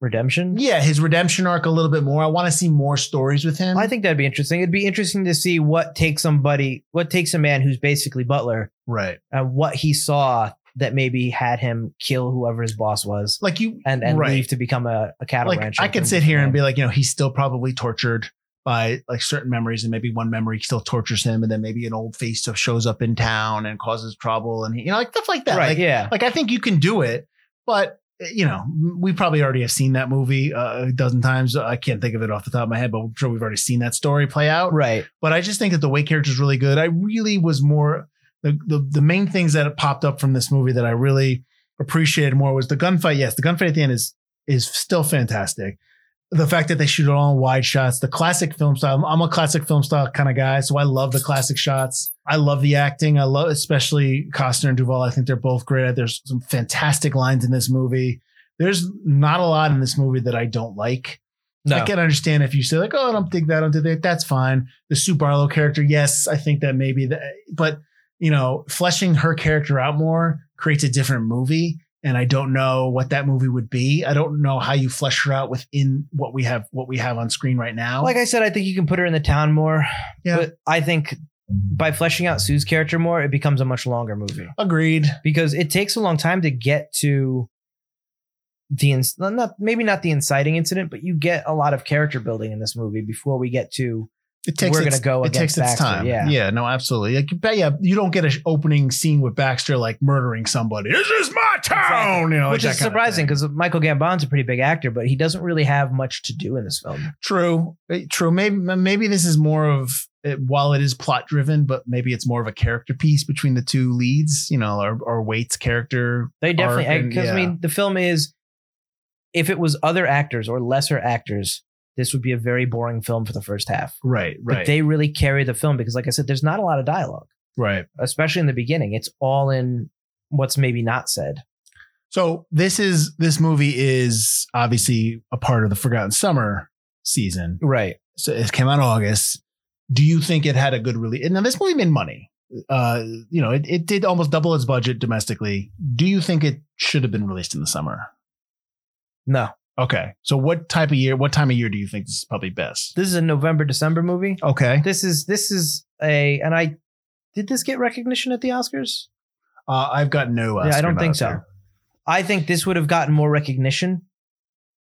[SPEAKER 2] Redemption.
[SPEAKER 5] yeah his redemption arc a little bit more. I want to see more stories with him.
[SPEAKER 2] I think that'd be interesting. It'd be interesting to see what takes somebody, what takes a man who's basically Butler,
[SPEAKER 5] right.
[SPEAKER 2] and what he saw that maybe had him kill whoever his boss was,
[SPEAKER 5] Like you
[SPEAKER 2] and and
[SPEAKER 5] right.
[SPEAKER 2] leave to become a, a cattle
[SPEAKER 5] like
[SPEAKER 2] rancher.
[SPEAKER 5] I could sit here and be like, you know, he's still probably tortured by like certain memories, and maybe one memory still tortures him, and then maybe an old face still shows up in town and causes trouble, and you know, like stuff like that.
[SPEAKER 2] right,
[SPEAKER 5] Like,
[SPEAKER 2] yeah,
[SPEAKER 5] like I think you can do it, but you know, we probably already have seen that movie uh, a dozen times. I can't think of it off the top of my head, but I'm sure we've already seen that story play out
[SPEAKER 2] right,
[SPEAKER 5] but I just think that the way character is really good. I really was more the, the the main things that popped up from this movie that I really appreciated more was the gunfight. Yes, the gunfight at the end is is still fantastic. The fact that they shoot it all in wide shots, the classic film style. I'm- I'm a classic film style kind of guy, so I love the classic shots. I love the acting. I love especially Costner and Duvall. I think they're both great. There's some fantastic lines in this movie. There's not a lot in this movie that I don't like.
[SPEAKER 2] no,
[SPEAKER 5] I can understand if you say like, "Oh, I don't dig that, I don't dig that." That's fine. The Sue Barlow character, yes, I think that maybe that, but you know, fleshing her character out more creates a different movie, and I don't know what that movie would be. I don't know how you flesh her out within what we have what we have on screen right now.
[SPEAKER 2] like I said, I think you can put her in the town more.
[SPEAKER 5] Yeah.
[SPEAKER 2] But I think by fleshing out Sue's character more, it becomes a much longer movie
[SPEAKER 5] agreed.
[SPEAKER 2] because it takes a long time to get to the ins- not maybe not the inciting incident, but you get a lot of character building in this movie before we get to
[SPEAKER 5] It takes
[SPEAKER 2] We're gonna
[SPEAKER 5] its,
[SPEAKER 2] go
[SPEAKER 5] It
[SPEAKER 2] against
[SPEAKER 5] takes its
[SPEAKER 2] Baxter,
[SPEAKER 5] time.
[SPEAKER 2] yeah.
[SPEAKER 5] yeah, no, absolutely. Like, you bet, yeah, you don't get an opening scene with Baxter like murdering somebody. This is my town, you know, Oh, like
[SPEAKER 2] which
[SPEAKER 5] that
[SPEAKER 2] is
[SPEAKER 5] kind of
[SPEAKER 2] surprising
[SPEAKER 5] thing.
[SPEAKER 2] because Michael Gambon's a pretty big actor, but he doesn't really have much to do in this film.
[SPEAKER 5] True, Uh, true. Maybe maybe this is more of it, while it is plot driven, but maybe it's more of a character piece between the two leads. You know, or or Waits' character.
[SPEAKER 2] They
[SPEAKER 5] arc
[SPEAKER 2] definitely
[SPEAKER 5] and-
[SPEAKER 2] because I
[SPEAKER 5] yeah.
[SPEAKER 2] mean the film is if it was other actors or lesser actors, this would be a very boring film for the first half.
[SPEAKER 5] Right,
[SPEAKER 2] But they really carry the film because, like I said, there's not a lot of dialogue,
[SPEAKER 5] right.
[SPEAKER 2] especially in the beginning. It's all in what's maybe not said.
[SPEAKER 5] So this is this movie is obviously a part of the Forgotten Summer season.
[SPEAKER 2] Right.
[SPEAKER 5] So it came out in August. Do you think it had a good release? Now this movie made money. Uh, you know, it, it did almost double its budget domestically. Do you think it should have been released in the summer?
[SPEAKER 2] No,
[SPEAKER 5] Okay. So what type of year, what time of year do you think this is probably best?
[SPEAKER 2] this is a November December movie.
[SPEAKER 5] Okay.
[SPEAKER 2] This is this is a and I did this get recognition at the Oscars?
[SPEAKER 5] Uh, I've got no.
[SPEAKER 2] yeah, I
[SPEAKER 5] Oscar
[SPEAKER 2] don't think
[SPEAKER 5] nods
[SPEAKER 2] so.
[SPEAKER 5] here.
[SPEAKER 2] I think this would have gotten more recognition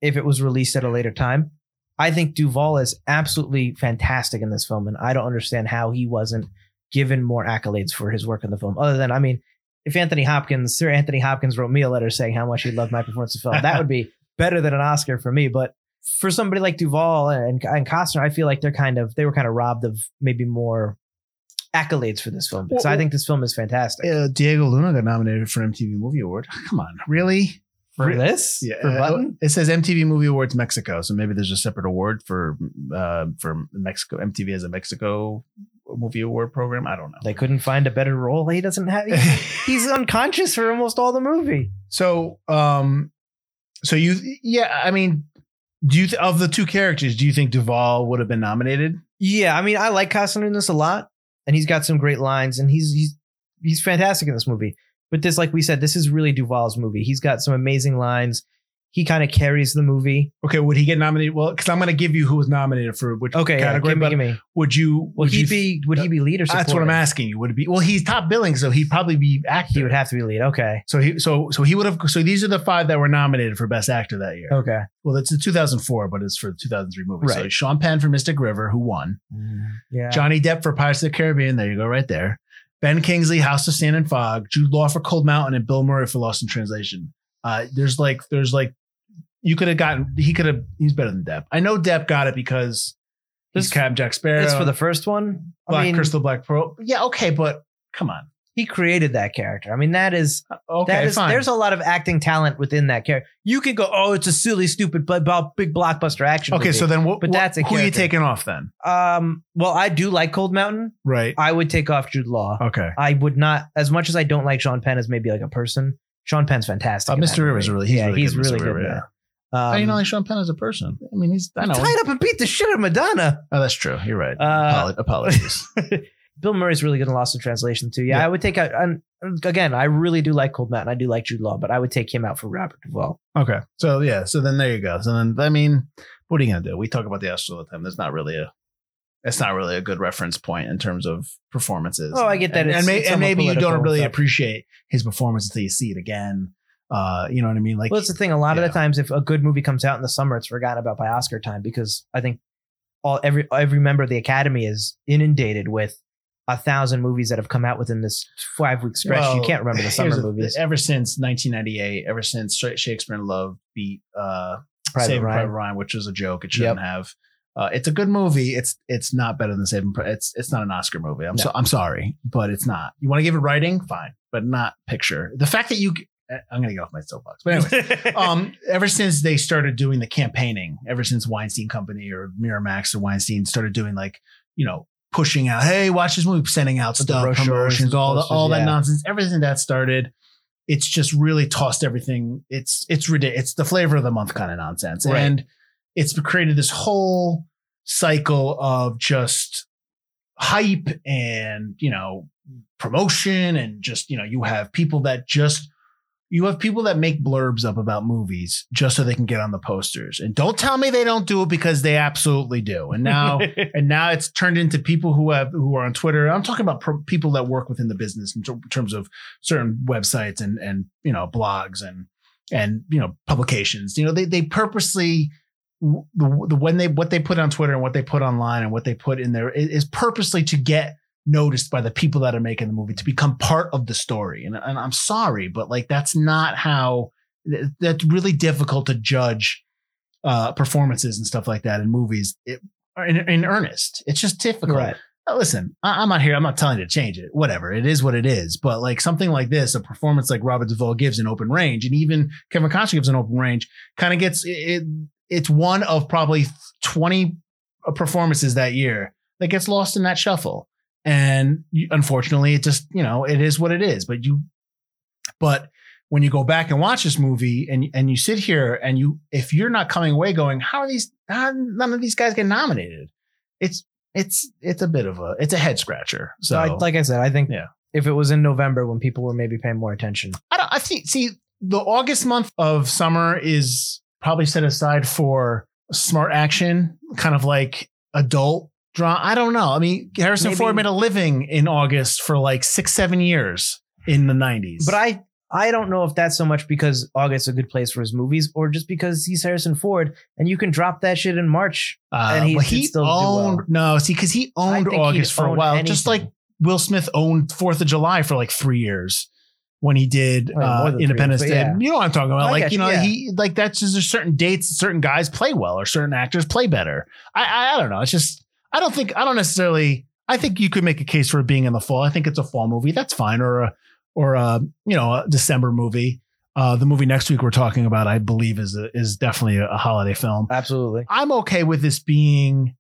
[SPEAKER 2] if it was released at a later time. I think Duvall is absolutely fantastic in this film, and I don't understand how he wasn't given more accolades for his work in the film. Other than, I mean, if Anthony Hopkins, Sir Anthony Hopkins, wrote me a letter saying how much he loved my performance in the film, that would be better than an Oscar for me. But for somebody like Duvall and, and Costner, I feel like they're kind of they were kind of robbed of maybe more accolades for this film because I think this film is fantastic.
[SPEAKER 5] Uh, Diego Luna got nominated for MTV Movie Award. Come on, really?
[SPEAKER 2] for this,
[SPEAKER 5] Yeah. uh,
[SPEAKER 2] for Button,
[SPEAKER 5] It says MTV Movie Awards Mexico, so maybe there's a separate award for uh, for Mexico. MTV has a Mexico movie award program. I don't know.
[SPEAKER 2] They couldn't find a better role. He doesn't have. He's unconscious for almost all the movie.
[SPEAKER 5] so, um, so you, yeah, I mean, do you th- of the two characters, do you think Duvall would have been nominated?
[SPEAKER 2] Yeah, I mean, I like Costner in this a lot, and he's got some great lines, and he's he's he's fantastic in this movie. But this, like we said, this is really Duvall's movie. He's got some amazing lines. He kind of carries the movie.
[SPEAKER 5] Okay, would he get nominated? Well, because I'm going to give you who was nominated for which
[SPEAKER 2] Okay, yeah,
[SPEAKER 5] category.
[SPEAKER 2] give me,
[SPEAKER 5] but
[SPEAKER 2] give me.
[SPEAKER 5] would you?
[SPEAKER 2] Would
[SPEAKER 5] would
[SPEAKER 2] he
[SPEAKER 5] you-
[SPEAKER 2] be? Would he be lead or supporting?
[SPEAKER 5] That's what I'm asking you. Would it be? Well, he's top billing, so he'd probably be actor.
[SPEAKER 2] He would have to be lead. Okay.
[SPEAKER 5] so he so so he would have. So these are the five that were nominated for best actor that year.
[SPEAKER 2] Okay.
[SPEAKER 5] Well, that's the 2004, but it's for the 2003 movie. So
[SPEAKER 2] Right.
[SPEAKER 5] Sean Penn for Mystic River, who won.
[SPEAKER 2] Mm-hmm. Yeah.
[SPEAKER 5] Johnny Depp for Pirates of the Caribbean. There you go, right there. Ben Kingsley, House of Sand and Fog. Jude Law for Cold Mountain, and Bill Murray for Lost in Translation. Uh, there's like there's like you could have gotten. He could have. He's better than Depp. I know Depp got it because he's
[SPEAKER 2] This-
[SPEAKER 5] Cab Jack Sparrow.
[SPEAKER 2] it's for the first one. I
[SPEAKER 5] Black
[SPEAKER 2] mean,
[SPEAKER 5] Crystal Black Pearl. Yeah, okay, but come on.
[SPEAKER 2] He created that character. I mean, that is
[SPEAKER 5] Uh, Okay,
[SPEAKER 2] that is
[SPEAKER 5] fine.
[SPEAKER 2] there's a lot of acting talent within that character. You could go, oh, it's a silly, stupid, but about big blockbuster action.
[SPEAKER 5] okay, so then what?
[SPEAKER 2] But
[SPEAKER 5] what-
[SPEAKER 2] that's a
[SPEAKER 5] who are you
[SPEAKER 2] character.
[SPEAKER 5] taking off then?
[SPEAKER 2] then, um, well, I do like Cold Mountain.
[SPEAKER 5] Right.
[SPEAKER 2] I would take off Jude Law.
[SPEAKER 5] Okay.
[SPEAKER 2] I would not, as much as I don't like Sean Penn as maybe like a person. Sean Penn's fantastic.
[SPEAKER 5] Uh,
[SPEAKER 2] in that
[SPEAKER 5] Mr. River's
[SPEAKER 2] movie.
[SPEAKER 5] really- he's
[SPEAKER 2] yeah,
[SPEAKER 5] really
[SPEAKER 2] he's
[SPEAKER 5] good, Mr.
[SPEAKER 2] really good.
[SPEAKER 5] River,
[SPEAKER 2] in
[SPEAKER 5] yeah.
[SPEAKER 2] that. Um,
[SPEAKER 5] How do you not like Sean Penn as a person? I mean, he's I know.
[SPEAKER 2] tied up and beat the shit out of Madonna.
[SPEAKER 5] Oh, that's true. You're right.
[SPEAKER 2] Uh,
[SPEAKER 5] Apolo- Apologies.
[SPEAKER 2] Bill Murray's really good in Lost in Translation too. Yeah,
[SPEAKER 5] Yeah.
[SPEAKER 2] I would take out. And again, I really do like Cold Mountain. I do like Jude Law, but I would take him out for Robert Duvall.
[SPEAKER 5] okay. So yeah. So then there you go. So then I mean, what are you gonna do? We talk about the Astros all the time. There's not really a. It's not really a good reference point in terms of performances.
[SPEAKER 2] Oh, I get that.
[SPEAKER 5] And,
[SPEAKER 2] It's-
[SPEAKER 5] and, may-
[SPEAKER 2] it's
[SPEAKER 5] and
[SPEAKER 2] somewhat
[SPEAKER 5] maybe you don't
[SPEAKER 2] political
[SPEAKER 5] really
[SPEAKER 2] and stuff.
[SPEAKER 5] appreciate his performance until you see it again. Uh, you know what I mean? Like,
[SPEAKER 2] Well, that's the thing. A lot of
[SPEAKER 5] Yeah.
[SPEAKER 2] the times, if a good movie comes out in the summer, it's forgotten about by Oscar time because I think all every every member of the Academy is inundated with a thousand movies that have come out within this five week stretch. you
[SPEAKER 5] Well,
[SPEAKER 2] can't remember the
[SPEAKER 5] here's
[SPEAKER 2] summer
[SPEAKER 5] the-
[SPEAKER 2] movies.
[SPEAKER 5] Ever since 1998, ever since Sha- Shakespeare in Love beat uh,
[SPEAKER 2] Private
[SPEAKER 5] Saving
[SPEAKER 2] Ryan.
[SPEAKER 5] Private Ryan, which was a joke, it shouldn't have. Uh, it's a good movie. It's it's not better than Saving. Pri- It's it's not an Oscar movie. I'm so I'm sorry, but it's not. You want to give it writing, fine, but not picture. The fact that you, eh, I'm gonna get off my soapbox. But anyway, um, ever since they started doing the campaigning, ever since Weinstein Company or Miramax or Weinstein started doing like, you know, pushing out, hey, watch this movie, sending out
[SPEAKER 2] With the
[SPEAKER 5] stuff,
[SPEAKER 2] brochures,
[SPEAKER 5] promotions, all the,
[SPEAKER 2] posters,
[SPEAKER 5] all that
[SPEAKER 2] yeah.
[SPEAKER 5] nonsense, everything that started, it's just really tossed everything. It's it's ridiculous. It's the flavor of the month kind of nonsense,
[SPEAKER 2] Right.
[SPEAKER 5] and it's created this whole cycle of just hype and you know promotion and just you know you have people that just you have people that make blurbs up about movies just so they can get on the posters and don't tell me they don't do it because they absolutely do and now and now it's turned into people who have who are on twitter i'm talking about pro- people that work within the business in ter- terms of certain websites and and you know blogs and and you know publications you know they they purposely the, the when they what they put on twitter and what they put online and what they put in there i- is purposely to get noticed by the people that are making the movie to become part of the story and, and i'm sorry but like that's not how th- that's really difficult to judge uh performances and stuff like that in movies it, in, in earnest it's just difficult
[SPEAKER 2] right.
[SPEAKER 5] uh, listen, I- I'm not here. I'm not telling you to change it. Whatever. It is what it is. But like something like this, a performance like Robert Duvall gives an open range, and even Kevin Costner gives an open range, kind of gets it. It's one of probably 20 performances that year that gets lost in that shuffle. And you- unfortunately, it just, you know, it is what it is. But you, but when you go back and watch this movie and, and you sit here and you, if you're not coming away going, how are these, how, did none of these guys get nominated? It's, it's, it's a bit of a, it's a head scratcher. So,
[SPEAKER 2] So, I, like I said, I think
[SPEAKER 5] Yeah.
[SPEAKER 2] if it was in November when people were maybe paying more attention,
[SPEAKER 5] I don't. I see. See, the August month of summer is probably set aside for smart action, kind of like adult drama. I don't know. I mean, Harrison
[SPEAKER 2] Maybe-
[SPEAKER 5] Ford made a living in August for like six, seven years in the nineties.
[SPEAKER 2] but I I don't know if that's so much because August's a good place for his movies or just because he's Harrison Ford and you can drop that shit in March
[SPEAKER 5] uh,
[SPEAKER 2] and he
[SPEAKER 5] but
[SPEAKER 2] did
[SPEAKER 5] he
[SPEAKER 2] still do well.
[SPEAKER 5] owned no. See, because he
[SPEAKER 2] I
[SPEAKER 5] owned
[SPEAKER 2] think he'd
[SPEAKER 5] August for a
[SPEAKER 2] own
[SPEAKER 5] while, just like
[SPEAKER 2] anything.
[SPEAKER 5] Will Smith owned Fourth of July for like three years when he did
[SPEAKER 2] Oh, yeah, more
[SPEAKER 5] uh,
[SPEAKER 2] than three,
[SPEAKER 5] Independence
[SPEAKER 2] but
[SPEAKER 5] Day.
[SPEAKER 2] yeah.
[SPEAKER 5] You know what I'm talking about?
[SPEAKER 2] I
[SPEAKER 5] like
[SPEAKER 2] got
[SPEAKER 5] you
[SPEAKER 2] you,
[SPEAKER 5] know
[SPEAKER 2] yeah.
[SPEAKER 5] he like that's just there's certain dates, certain guys play well, or certain actors play better. I, I I don't know. It's just I don't think I don't necessarily. I think you could make a case for it being in the fall. I think it's a fall movie. That's fine, or a or a you know a December movie. Uh, the movie next week we're talking about, I believe, is a, is definitely a holiday film.
[SPEAKER 2] Absolutely.
[SPEAKER 5] I'm okay with this being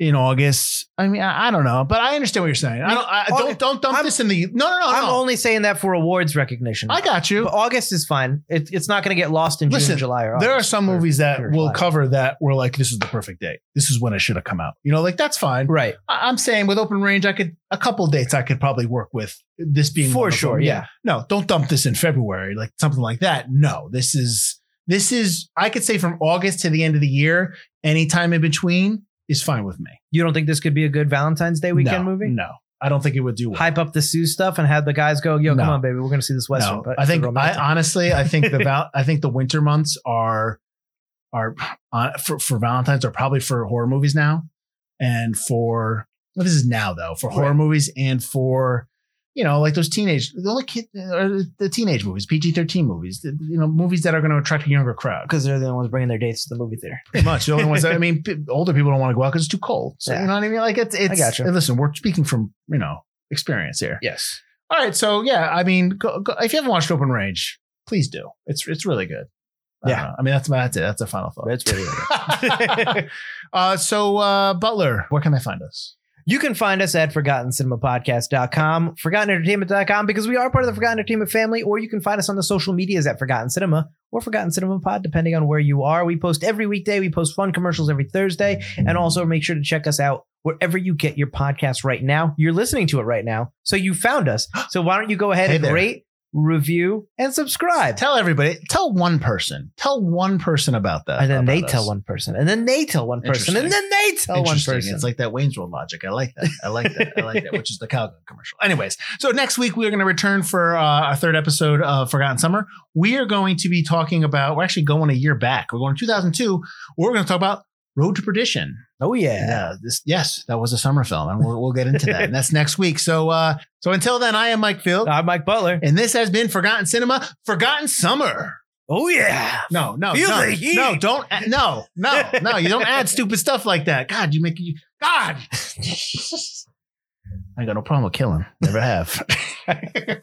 [SPEAKER 5] in August. I mean, I, I don't know, but I understand what you're saying. I don't. I, don't
[SPEAKER 2] August-
[SPEAKER 5] don't dump
[SPEAKER 2] I'm-
[SPEAKER 5] this in the. No, no, Oh, no,
[SPEAKER 2] I'm
[SPEAKER 5] no.
[SPEAKER 2] only saying that for awards recognition.
[SPEAKER 5] I got you.
[SPEAKER 2] But August is fine. It, it's not going to get lost in
[SPEAKER 5] Listen,
[SPEAKER 2] June, July, or
[SPEAKER 5] There are
[SPEAKER 2] August,
[SPEAKER 5] some
[SPEAKER 2] or-
[SPEAKER 5] movies that
[SPEAKER 2] or
[SPEAKER 5] will
[SPEAKER 2] July.
[SPEAKER 5] cover that were like, this is the perfect date. This is when it should have come out. You know, like that's fine.
[SPEAKER 2] Right.
[SPEAKER 5] I, I'm saying with open range, I could a couple dates I could probably work with this being
[SPEAKER 2] For
[SPEAKER 5] one of them.
[SPEAKER 2] sure, yeah.
[SPEAKER 5] No, don't dump this in February, like something like that. No, this is this is I could say from August to the end of the year, any time in between is fine with me.
[SPEAKER 2] You don't think this could be a good Valentine's Day weekend
[SPEAKER 5] No,
[SPEAKER 2] movie?
[SPEAKER 5] No, I don't think it would do well.
[SPEAKER 2] Hype up the Sue stuff and have the guys go, yo, come
[SPEAKER 5] No.
[SPEAKER 2] on, baby, we're going to see this Western.
[SPEAKER 5] No,
[SPEAKER 2] but
[SPEAKER 5] I
[SPEAKER 2] it's a
[SPEAKER 5] think I,
[SPEAKER 2] romantic.
[SPEAKER 5] honestly, I think the val- I think the winter months are are uh, for, for Valentine's are probably for horror movies now, and for well, this is now though for horror
[SPEAKER 2] Right.
[SPEAKER 5] movies and for you know like those teenage the only kid or the teenage movies PG thirteen movies the- you know movies that are going to attract a younger crowd
[SPEAKER 2] because they're the only ones bringing their dates to the movie theater.
[SPEAKER 5] pretty much the only ones that I mean p- older people don't want to go out because it's too cold so
[SPEAKER 2] Yeah.
[SPEAKER 5] you know what I mean like it's it's
[SPEAKER 2] gotcha.
[SPEAKER 5] and listen we're speaking from you know experience here
[SPEAKER 2] Yes.
[SPEAKER 5] All right, so yeah, I mean, go, go, if you haven't watched Open Range, please do. It's it's really good.
[SPEAKER 2] Yeah.
[SPEAKER 5] Uh, I mean that's that's it. That's a final thought.
[SPEAKER 2] That's really
[SPEAKER 5] good. uh, so uh, Butler, where can they find us?
[SPEAKER 2] You can find us at ForgottenCinemaPodcast.com, ForgottenEntertainment.com, because we are part of the Forgotten Entertainment family, or you can find us on the social medias at Forgotten Cinema or Forgotten Cinema Pod, depending on where you are. We post every weekday. We post fun commercials every Thursday. And also make sure to check us out wherever you get your podcast right now. You're listening to it right now. So you found us. So why don't you go ahead
[SPEAKER 5] Hey
[SPEAKER 2] and
[SPEAKER 5] there.
[SPEAKER 2] rate, review, and subscribe?
[SPEAKER 5] Tell everybody. Tell one person. Tell one person about that.
[SPEAKER 2] And then they
[SPEAKER 5] about
[SPEAKER 2] tell
[SPEAKER 5] us.
[SPEAKER 2] one person. And then they tell one person. And then
[SPEAKER 5] Interesting.
[SPEAKER 2] they tell one
[SPEAKER 5] Interesting.
[SPEAKER 2] person.
[SPEAKER 5] It's like that Wayne's World logic. I like that. I like that. I like that, which is the Calgon commercial. Anyways, so next week we are going to return for uh, our third episode of Forgotten Summer. We are going to be talking about, we're actually going a year back. We're going to 2002. We're going to talk about Road to Perdition.
[SPEAKER 2] oh, yeah.
[SPEAKER 5] Yeah. This, yes, that was a summer film, and we'll, we'll get into that. and that's next week. So, uh, so until then, I am Mike Field,
[SPEAKER 2] I'm Mike Butler.
[SPEAKER 5] and this has been Forgotten Cinema, Forgotten Summer.
[SPEAKER 2] Oh, yeah.
[SPEAKER 5] No, no,
[SPEAKER 2] Feel
[SPEAKER 5] no,
[SPEAKER 2] the heat.
[SPEAKER 5] no, don't, add- no, no, no, you don't add stupid stuff like that. God, you make you, God. I got no problem with killing. Never have.